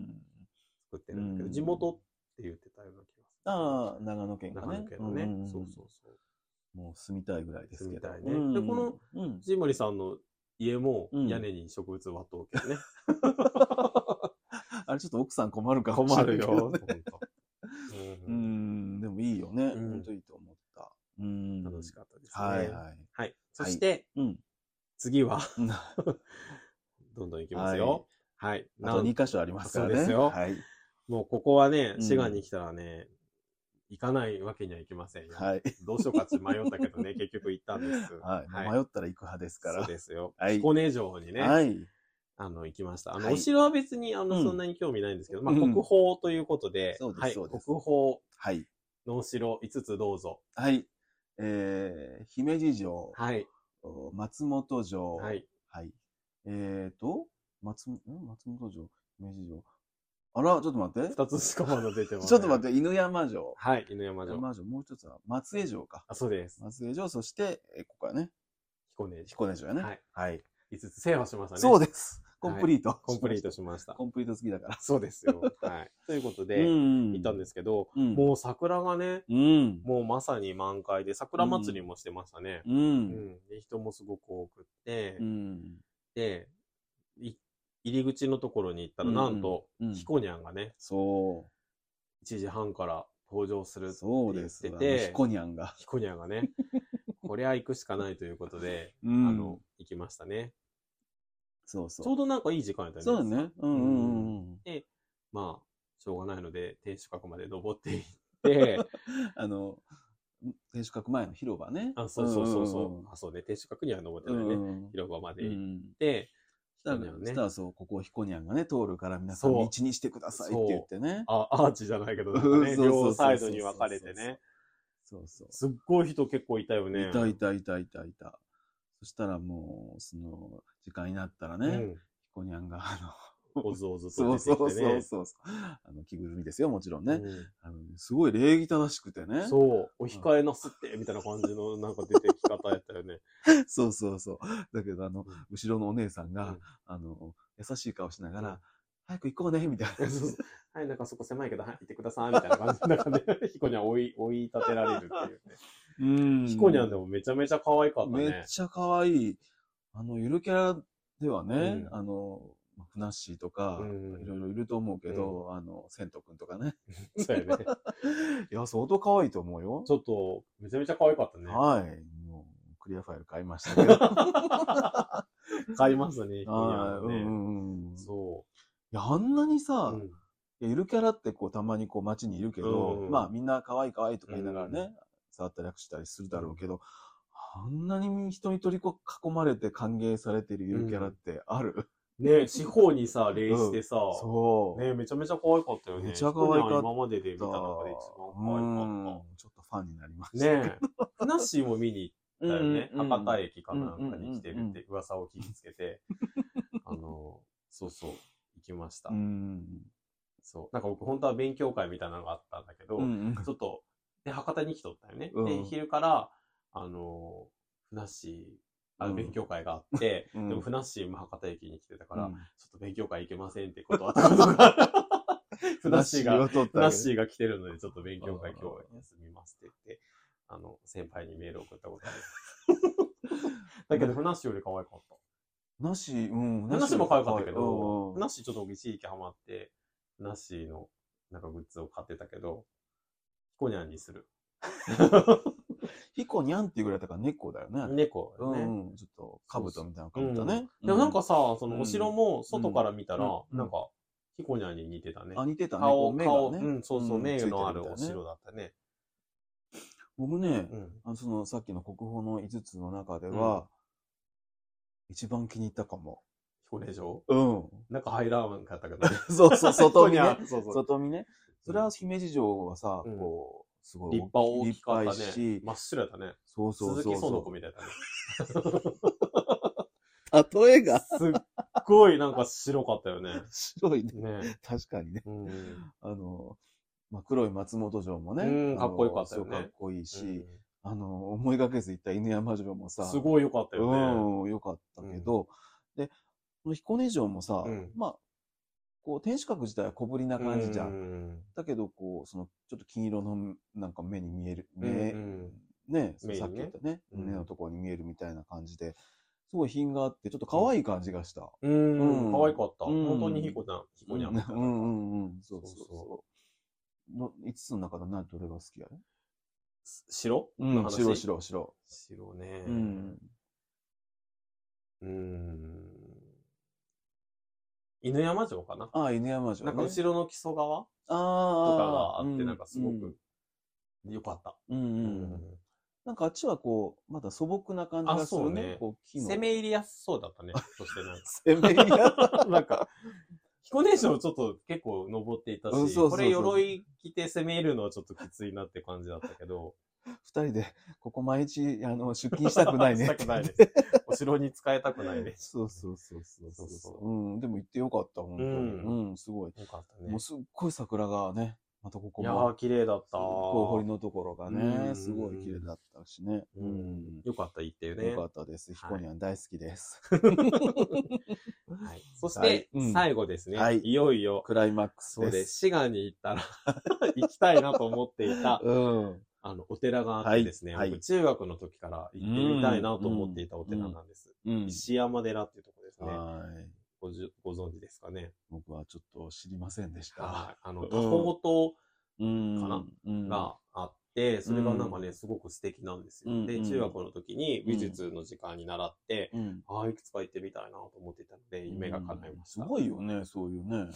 S2: ってるんだけ
S1: う
S2: ど、
S1: ん
S2: 地元って言ってたような気がする。
S1: ああ、長野県が
S2: 長
S1: ね。
S2: 野県のね、
S1: ん
S2: そうそうそう。
S1: もう住みたいぐらいですけど。
S2: 住みたいねでこの、
S1: うん。
S2: ジモリさんの家も
S1: うん
S2: 屋根に植物割っとうけどね。
S1: あれちょっと奥さん 困るかもし
S2: 困
S1: れないけ
S2: る
S1: ど
S2: よ。
S1: ね。
S2: 本当
S1: う
S2: うん
S1: ん、でもいいよね。
S2: ん
S1: 本当いいと思った。うん。
S2: 楽しかったですね。
S1: はい
S2: はい。
S1: はい。
S2: そして、
S1: うん。
S2: 次は、
S1: あ
S2: どんどんいきますよ。はい。な
S1: と
S2: ん
S1: 2箇所ありますからね。
S2: そうですよ
S1: はい。
S2: もうここはね
S1: う、ん
S2: 滋賀に来たらね、行かないわけにはいきませんよ。
S1: はい。
S2: どうしようかって迷ったけどね、結局行ったんです。
S1: はい。
S2: っ
S1: 迷ったら行く派ですか
S2: そう
S1: ら。
S2: ですよ。
S1: はい
S2: 彦根城にね、
S1: はい。
S2: あの、行きました。あの、
S1: はい
S2: お城は別に、あの、
S1: うん
S2: そんなに興味ないんですけど、まあ、
S1: うん
S2: 国宝ということで、
S1: そうです
S2: はい、
S1: そう
S2: 国
S1: です
S2: 宝
S1: はい。
S2: のお城5つどうぞ。
S1: はい。えー、姫路城、
S2: はい、
S1: 松本城、
S2: はい、
S1: はい。えーと、松本、ん松本城、明治城。あら、ちょっと待って。
S2: 2つしかまだ出てます、
S1: ちょっと待
S2: て。
S1: って、犬山城。
S2: はい、犬山
S1: 犬
S2: 城。
S1: 山城、もう一つは松江城か。
S2: あ、そうです。
S1: 松江城、そして、えーここはね、
S2: 彦根城。
S1: 彦根城やね。
S2: はい。
S1: はい。
S2: 5つ制覇しましたね。
S1: そう
S2: で
S1: です。コンプリート。
S2: コンプリートしました。
S1: コンプリート好きだから。
S2: そうです よ。はい。ということで、
S1: ん
S2: 行ったんですけど、
S1: うん。
S2: もう桜がね、
S1: うん。
S2: もうまさに満開で、桜祭りもしてましたね。
S1: う
S2: うん。
S1: ん。
S2: で人もすごく多くって、
S1: うん。
S2: で、い入り口のところに行ったら、
S1: うん
S2: なんと、
S1: うん
S2: ヒコニャンがね、
S1: そ
S2: 1時半から登場する
S1: う。
S2: って
S1: そう
S2: 言
S1: で
S2: っ
S1: す
S2: て
S1: わ。
S2: て、
S1: ヒコニャンが。
S2: ヒコニャン がね、こりゃ行くしかないということで、
S1: う
S2: あ
S1: ん
S2: の、行きましたね。
S1: そうそ
S2: ちょう
S1: う。
S2: どなんかいい時間やった
S1: そうだ。ね。うんうんうんうん。
S2: まあ、しょうがないので、天守閣まで登ってい って、
S1: あの、天守閣前の広場ね。
S2: あ、そうそうそうそう。
S1: んんん
S2: あ、そうね。天守閣には登って
S1: う
S2: ないね。
S1: んうん。
S2: 広場まで
S1: う
S2: 行っ
S1: ん。
S2: て、
S1: だ
S2: ヒ
S1: か
S2: コ
S1: ら、
S2: ニャン
S1: そしたらそう、ここをヒコニャンがね、通るから皆さん
S2: そう
S1: 道にしてくださいって言ってね。
S2: あ、アーチじゃないけど、なんか
S1: う
S2: ね、
S1: ん そうそうそうそう
S2: 両サイドに分かれてね。
S1: そうそう。
S2: すっごい人結構いたよね。
S1: いたいたいたいたいた。そしたらもう、その、時間になったらね、
S2: う
S1: ヒ
S2: ん。
S1: コニャンが、あの、
S2: おずおず
S1: そ
S2: と
S1: う
S2: 出て
S1: そ
S2: きて
S1: う
S2: ね。
S1: そうそうそう。あの、着ぐるみですよ、もちろんね。
S2: うん
S1: あのすごい礼儀正しくてね。
S2: そう、お控えなすって、みたいな感じの、なんか出てき方やったよね。
S1: そうそうそう。だけど、あの
S2: うん、
S1: 後ろのお姉さん
S2: う
S1: が
S2: ん、
S1: あの、優しい顔しなが
S2: うん
S1: ら、早く行こうね、み たい
S2: そう
S1: な。
S2: そうはい、なんかそこ狭いけど、はい、行ってください、みたいな感じの中で、 ヒコニャン追い、追い立てられるっていうね。
S1: うん
S2: ヒコニャンでもめちゃめちゃ可愛かった
S1: めっ
S2: ね。
S1: ちゃ可愛い。あの、ゆるキャラではね、
S2: うん
S1: あの、まあふなっしーとか、
S2: うん
S1: いろいろいると思うけど、あの、せんとくんとかね。
S2: そうやね。
S1: いや、相当可愛いと思うよ
S2: ち。ょっと、めちゃめちゃ可愛かったね。
S1: はい。もう、クリアファイル 買いましたけど。
S2: 買いましたね、ヒコニャ
S1: は
S2: ン
S1: い。う
S2: ね。
S1: んうんうん。い
S2: そ
S1: や、あんなに
S2: う。
S1: さ
S2: う、ん
S1: いやゆるキャラってこう、たまにこう、街にいるけど、
S2: うんうん
S1: まあ、みんな可愛い可愛いとか言いながら
S2: う
S1: ね、触ったり握手したりするだろうけど、あんなに人に取りこ囲まれて歓迎されてるゆるキャラってある、
S2: ね、四方にさ、礼してさ、
S1: そう。
S2: ね、めちゃめちゃ可愛かったよね。
S1: めちゃ可愛かった
S2: ヒコニャン今までで見た中で一番可愛
S1: うんちょっとファンになりました。
S2: かった。ねえ。ふなっしーも見に行っ
S1: う
S2: だ
S1: ん
S2: よ
S1: うん
S2: ね。
S1: うん
S2: 博多駅かなんかに来てるって噂を聞きつけて、 あの、そうそう、行きました
S1: う。ん。
S2: そう。なんか僕、本当は勉強会みたいなのがあったんだけど
S1: う、ん
S2: ちょっと、で、博多に来とったよね
S1: う。ん
S2: で、昼から、あの、ふなっしー、あ
S1: うん
S2: 勉強会があって、
S1: うん
S2: でもふなっしーも博多駅に来てたから、
S1: うん
S2: ちょっと勉強会行けませんっ てことあったことが、ふなっしーが、
S1: ふ
S2: ふな
S1: ー
S2: っしーが来てるので、ちょっと勉強会
S1: あー
S2: 今日は休みますって言って、あの、先輩にメール送ったことある。 だけど、ふなっしーより可愛かった。
S1: なし、うん。
S2: ふなっしーも可愛かったけ
S1: うん
S2: ど、ふなっしーちょっと一時期ハマって、ふなっしーのなんかグッズを買ってたけど、ヒコニャンにする。
S1: ヒコニャンっていうぐらいだから猫だよね。
S2: 猫だ
S1: う
S2: よね。
S1: んうん。ちょっと、兜みたいなの被ったね。
S2: でもなん
S1: う
S2: か
S1: ん、
S2: さ、そのお城も外から見たら、
S1: うん
S2: なんか、ヒコニャンに似てたね。
S1: あ、似てたね。こ
S2: 顔、
S1: う目
S2: 顔、
S1: が
S2: う
S1: ね。
S2: ん、そうそう、
S1: うん
S2: 名
S1: ついてるみたい
S2: の
S1: な
S2: あるお城だったね。
S1: 僕ね
S2: う、ん。
S1: あのその、さっきの国宝の5つの中では、一番気に入ったかも。
S2: 彦根城
S1: うん。
S2: 中入らんかったけどね。
S1: そうそう、外見
S2: ヒコニ
S1: ね
S2: ャ。ンそうそう。
S1: 外見ね。それは姫路城はさ、
S2: うん
S1: こう、すごい
S2: 立派大きかっ
S1: 立派
S2: た
S1: い
S2: ね
S1: し。、
S2: 真っ白だね。
S1: そうそうそう
S2: 鈴木園子
S1: そ
S2: みたいだね。
S1: う。例えが
S2: すっごいなんか白かったよね。
S1: 白いね。
S2: ね。
S1: 確かにね。
S2: うん。
S1: あの、まあ、黒い松本城もね、
S2: うん
S1: あの
S2: かっこよかったよ
S1: す
S2: ね
S1: ごいかっこいいし、
S2: うん
S1: あの、思いがけず行った犬山城もさ、
S2: すごい良かったよね。
S1: うん、よかったけど、で、この彦根城もさ、
S2: うん
S1: まあ、こう、天守閣自体は小ぶりな感じじゃん。
S2: うん。
S1: だけど、こう、その、ちょっと金色の、なんか目に見える、
S2: うん
S1: 目、
S2: うん
S1: ね、
S2: 目にね
S1: さっき言ったね、
S2: うん
S1: 胸のところに見えるみたいな感じで、すごい品があって、ちょっと可愛い感じがした。
S2: うん
S1: うん
S2: 可愛かった。
S1: うん
S2: 本当にひこちゃん、ひこ
S1: うん
S2: にゃんみたいな。
S1: うんうんうん。そうそう
S2: そう
S1: そ。
S2: そう
S1: の5つの中で何どれが好きやね
S2: 白
S1: う
S2: の
S1: ん、
S2: 話
S1: 白白白。
S2: 白ね。
S1: うん。
S2: うん。犬山城かな
S1: ああ、犬山城、
S2: な
S1: ね。
S2: んか後ろの木曽川とか
S1: あ
S2: があ
S1: ー
S2: って、
S1: う
S2: なんかすごく良かった。
S1: うんうん
S2: う
S1: うん
S2: ん
S1: なんかあっちはこう、まだ素朴な感じがするね。
S2: あそうね
S1: こう木の
S2: 攻め入りやすそう だったね。そしてなんか。
S1: 攻めや。
S2: なんか、彦根城ちょっと結構登っていたし、
S1: うんそうそうそう
S2: これ鎧着て攻め入るのはちょっときついなって感じだったけ ど、
S1: 二人で、ここ毎日、あの、出勤したくないね。
S2: したくないです。お城に使えたくないです。
S1: そうそうそうそう。
S2: そうそう
S1: うん、でも行ってよかった、本当に。
S2: うん
S1: うん、すごい。
S2: よかった
S1: も
S2: ね
S1: う。すっごい桜がね、またここ
S2: いや
S1: も
S2: ー、、綺麗だった。
S1: こう堀のところが
S2: う
S1: ね、
S2: ん
S1: すごい綺麗だったしね。
S2: う
S1: うん
S2: ん。。よかった、行ってよね。
S1: よかったです。ヒコニャン大好きです。
S2: はい、そし
S1: はい
S2: て
S1: うん、
S2: 最後ですね。
S1: はい
S2: い、よいよ、
S1: クライマックス
S2: そう
S1: で。
S2: ですす。滋賀に行ったら 行きたいなと思っていた、
S1: うん。
S2: あの、お寺があってですね、
S1: はいはい
S2: 僕中学の時から行ってみたいなと思っていたお寺なんです。
S1: うん。
S2: 石山寺っていうところですね。
S1: はい。
S2: ごじゅご存知ですかね。
S1: 僕はちょっと知りませんでした。
S2: はい。あの、
S1: うん
S2: 多宝塔
S1: うん。
S2: かな
S1: うん
S2: があって、それがなんかね、すごく素敵なんです
S1: う
S2: よ。
S1: んう
S2: で、
S1: ん
S2: 中学の時に美術の時間に習って、
S1: うん。
S2: ああ、いくつか行ってみたいなと思っていたので、夢が叶いました。
S1: すごいよね、そういう ね。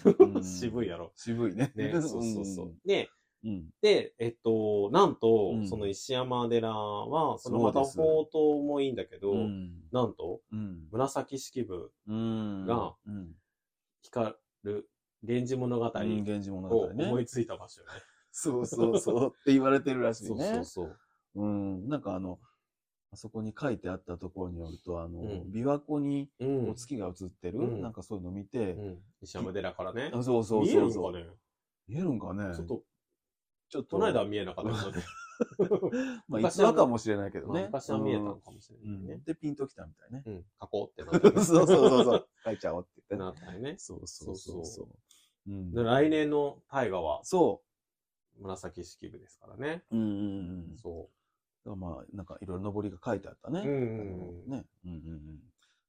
S2: 渋
S1: い。
S2: いやろ。
S1: 渋いね。
S2: ね、そうそうそう。で、
S1: うん。うん。
S2: で、えっと、なんと、
S1: うん
S2: その石山寺は、そのま
S1: そ
S2: た
S1: うです
S2: 宝塔もいいんだけど、
S1: うん。
S2: なんと、
S1: うん。
S2: 紫式部
S1: うん。
S2: が
S1: うん、
S2: 光る源氏物語
S1: うん。源氏物
S2: を
S1: 語ね。
S2: 思 いついた場所よね。
S1: そうそうそうって言われてるらしいね。
S2: そうそうそう。
S1: うん。なんかあの、あそこに書いてあったところによると、あの、
S2: うん
S1: 琵琶湖に
S2: うん
S1: お月が映ってる、
S2: うん
S1: なんかそういうの見て、
S2: うん石山寺からね。
S1: あそうそう
S2: 見える
S1: そ
S2: の
S1: う
S2: か
S1: そう。
S2: ね
S1: 見えるんかね
S2: ちょっと、
S1: ちょっ
S2: この間は見えなかったけどね。
S1: まあ、い
S2: 昔
S1: つ
S2: は
S1: はかもしれないけど
S2: まあ
S1: ね。
S2: 昔は見えたのかもしれ
S1: う
S2: なんいね
S1: うん。。で、ピンときたみ たいね。
S2: うん。書こうってなっ
S1: そ
S2: た
S1: う
S2: ね
S1: そうそうそう。書いちゃおうって言って
S2: なったよね。
S1: そうそうそ
S2: そうう
S1: そ。
S2: そう
S1: うん
S2: で来年の大河は
S1: そ
S2: 紫式部ですからね。
S1: う。うんうんうん。だか
S2: そ
S1: らまあ、なんかいろいろ上りが書いてあったね。
S2: うんうんうん
S1: あのね。うんうんうん。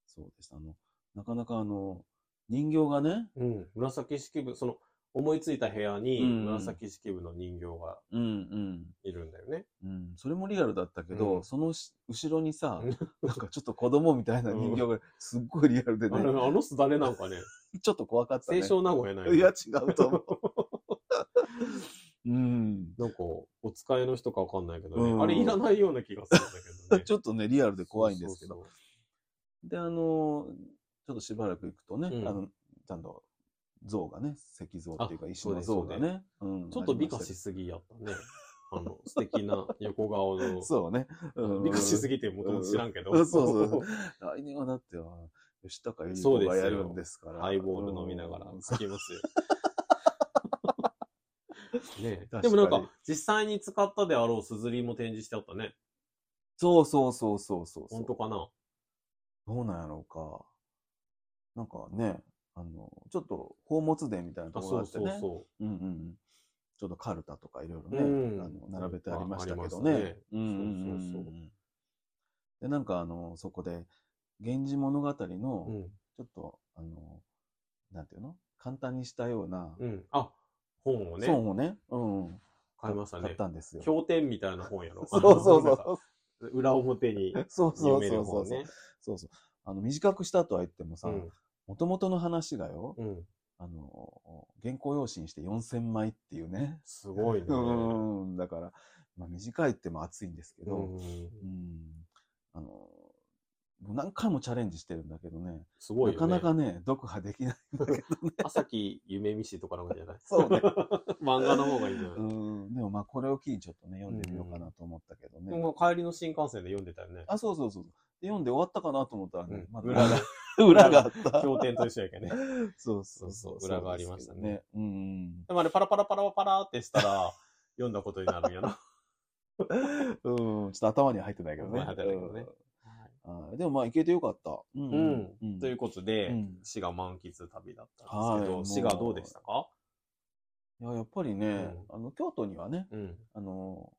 S1: そうでした。あの、なかなかあの、人形がね、
S2: う。うん。紫式部、その、思いついた部屋に
S1: うん
S2: 紫式部の人形が
S1: うんうん。
S2: いるんだよね。
S1: うん、それもリアルだったけど、
S2: うん
S1: そのし後ろにさ
S2: うん、
S1: なんかちょっと子供みたいな人形がすっごいリアルで
S2: あれあ
S1: ね、
S2: の人誰なんか ね、
S1: ちょっと怖かったね。
S2: 清少納言やないの
S1: いや、違うと思う。うん。
S2: なんか、お使いの人かわかんないけど
S1: うん
S2: ね。あれいらないような気がするんだけど ね。
S1: ちょっとね、リアルで怖いんですけど。
S2: そうそうそう。
S1: で、あのー、ちょっとしばらく行くとね、
S2: うん
S1: あの、ちゃんと像がね、石像っていうか
S2: あ
S1: 石の像がね、うん
S2: ちょっと美化しすぎやっ たね。あの、素敵な横顔の。
S1: そうね。うん
S2: 美化しすぎてもともと知らんけど。
S1: うんそうそうそう。来年はだっては、吉高由里
S2: そ
S1: 子
S2: うですよ
S1: がやるんですから。
S2: ハイボール飲みながら
S1: うん
S2: 好 きますよ。ね
S1: 確かに
S2: えでもなんか、実際に使ったであろうすずりも展示してあったね。
S1: そうそうそうそうそうそう。
S2: 本当かな
S1: どうなんやろうか。なんかね、あの、ちょっと宝物殿みたいなと
S2: あ、
S1: ころ
S2: そ
S1: があ
S2: う
S1: ってね。
S2: そうそ
S1: うんうんうん。ちょっとカルタとかいろいろね、
S2: うん
S1: あの並べてありましたけど
S2: あありま
S1: ね
S2: すね。
S1: うんうんうん
S2: そうそうそ
S1: で、なんかあの、そこで、源氏物語の
S2: う。う、ん。
S1: ちょっと、あの、なんていうの簡単にしたような、
S2: うん。あ、本をね、
S1: 損をね、うん。
S2: 買いました
S1: 買
S2: ね
S1: っ。たんですよ。
S2: 経典みたいな本やろ。
S1: そうそう
S2: な
S1: そ
S2: んか
S1: う。
S2: 裏表に
S1: そうそ
S2: 読
S1: う
S2: め
S1: そ
S2: る
S1: うそ
S2: 本
S1: う。
S2: ね。
S1: そうそう。あの、短くしたとは言っても
S2: う
S1: さ、
S2: ん。
S1: もともとの話がよ、
S2: うん。
S1: あの、原稿用紙にして4000枚っていうね。
S2: すごいね。
S1: うん、だから、まあ短いっても熱いんですけ
S2: う
S1: ど、
S2: ん
S1: うん、あの、もう何回もチャレンジしてるんだけどね、
S2: すごい
S1: な
S2: よ
S1: か
S2: ね。
S1: なかね、読破できないんだけどね。
S2: 朝木夢見しとかの方がいいんじゃ ない
S1: そうね。
S2: 漫画の方がいいんじゃ な
S1: う
S2: い、
S1: ん、でもまあこれを機にちょっとね、読んでみようかなと思ったけどね。
S2: でも帰りの新幹線で読んでたよ ね。
S1: あ、そうそうそうそう。で、読んで終わったかなと思ったらね、
S2: うん
S1: まだ
S2: 裏が、
S1: 裏があ った。
S2: 経典と一緒やけどね。
S1: そうそう
S2: そうそう裏がありましたね
S1: そうですけどね。
S2: でもあれ、パラパラパラパラってしたら、読んだことになるん やな。
S1: うん。うん、ちょっと頭には入ってないけどね。
S2: 頭には入ってないけどね
S1: うん。あーでもまあ、行けてよかった。う
S2: うんん。ということで、
S1: うん
S2: 滋賀満喫旅だったんですけ
S1: は
S2: ど、
S1: い
S2: 滋賀どうでしたか
S1: いや、やっぱりね、あの、京都にはね、
S2: うん。
S1: あの、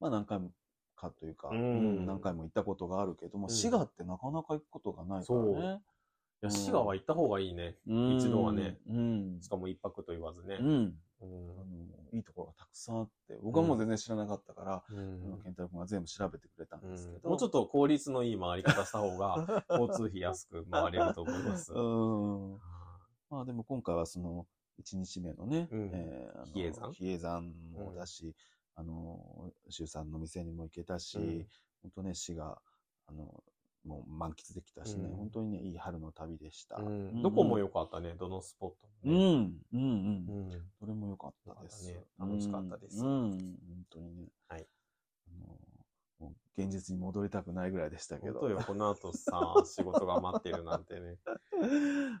S1: まあ何回もかというか、
S2: うん
S1: うん何回も行ったことがあるけども、
S2: うん
S1: 滋賀ってなかなか行くことがないからね。
S2: いや
S1: うん
S2: 滋賀は行った方がいいね。
S1: うん
S2: 一度はね。
S1: うん
S2: し。かも一泊と言わずね
S1: う。ん。
S2: うん
S1: あのいいところがたくさんあって、僕はもう全然知らなかったから、
S2: うん
S1: あの健太郎君が全部調べてくれたんですけど。
S2: もうちょっと効率のいい回り方した方が、
S1: と
S2: 交通費安く回れると思います。
S1: うん。まあでも今回はその1日目のね、
S2: うん
S1: えーあの
S2: 比叡山
S1: 比叡山もだし、あの、周さんの店にも行けたし、
S2: うん
S1: 本当ね、市が、あの、もう満喫できたしね、
S2: うん
S1: 本当にね、いい春の旅でした。
S2: う
S1: うんん
S2: どこも良かったね、どのスポット
S1: うん、う
S2: もね。
S1: ん、うん。
S2: うん
S1: それも良かったです。
S2: よかったね楽しかったです
S1: うん、うん本当にね。
S2: はい
S1: あのもう現実に戻りたくないぐらいでしたけ
S2: 本
S1: ど。
S2: 当よ、この後 さ、仕事が待ってるなんてね。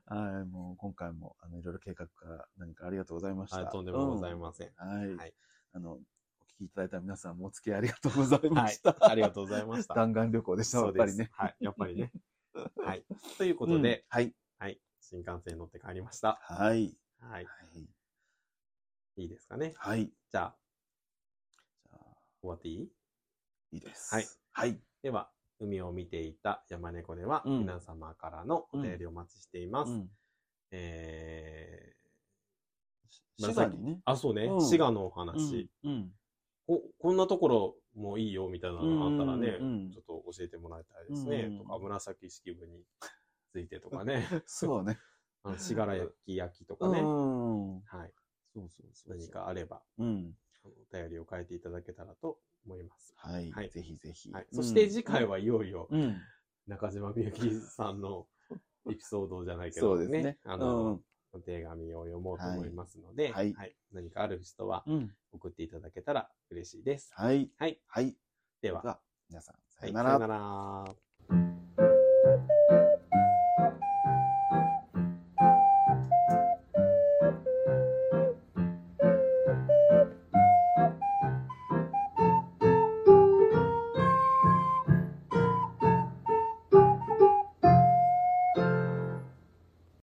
S1: はい、もう今回もあのいろいろ計画から何かありがとうございました。
S2: はい、とんでもございません。
S1: うん。はい。
S2: はい
S1: あの、お聞きいただいた皆さんもお付き合いありがとうございま
S2: は
S1: し
S2: い
S1: た。、
S2: ありがとうございまし た。
S1: 弾丸旅行でした、や
S2: そ
S1: っ
S2: う
S1: ぱ
S2: で
S1: り
S2: す
S1: ね。。
S2: はい、やっぱりね。はい。ということで、
S1: うんはい。
S2: はい、新幹線に乗って帰りました。
S1: はい。
S2: はい、
S1: はい。
S2: いいですかね。
S1: はい。じ
S2: じゃあ、
S1: ゃあ、
S2: 終わっていい
S1: いいです。
S2: はい。
S1: はい。
S2: では、海を見ていた山猫では、
S1: うん
S2: 皆様からのお便りをお待ちしています。
S1: うん
S2: えー、
S1: 滋賀にね。
S2: あ、そうね、
S1: うん
S2: 滋賀のお話、
S1: うん。うん
S2: こ。こんなところもいいよみたいなのがあったらね、
S1: うんうんうん
S2: ちょっと教えてもらいたいですね。
S1: うん
S2: とか、紫式部についてと か ね、
S1: そうね。
S2: あの信楽焼きとか
S1: う
S2: ね、
S1: ん。
S2: はい、
S1: そうそうそう。
S2: 何。かあれば、
S1: うん。
S2: お便りを書いていただけたらと思います。
S1: はい。
S2: はい
S1: ぜひぜひ。
S2: はい、そして
S1: うん
S2: 次回はいよいよ
S1: うん。
S2: 中島みゆきさ んのエピソードじゃないけ
S1: そ
S2: ど
S1: うですね。
S2: あの、
S1: うん
S2: お手紙を読もうと思いますので、
S1: はい
S2: 何かある人は
S1: うん。
S2: 送っていただけたら嬉しいです。
S1: はい。
S2: はい。
S1: はい。
S2: で
S1: で
S2: は、
S1: は、皆さん、さ
S2: はい
S1: よ
S2: さ
S1: な
S2: よ
S1: ら
S2: な。ら。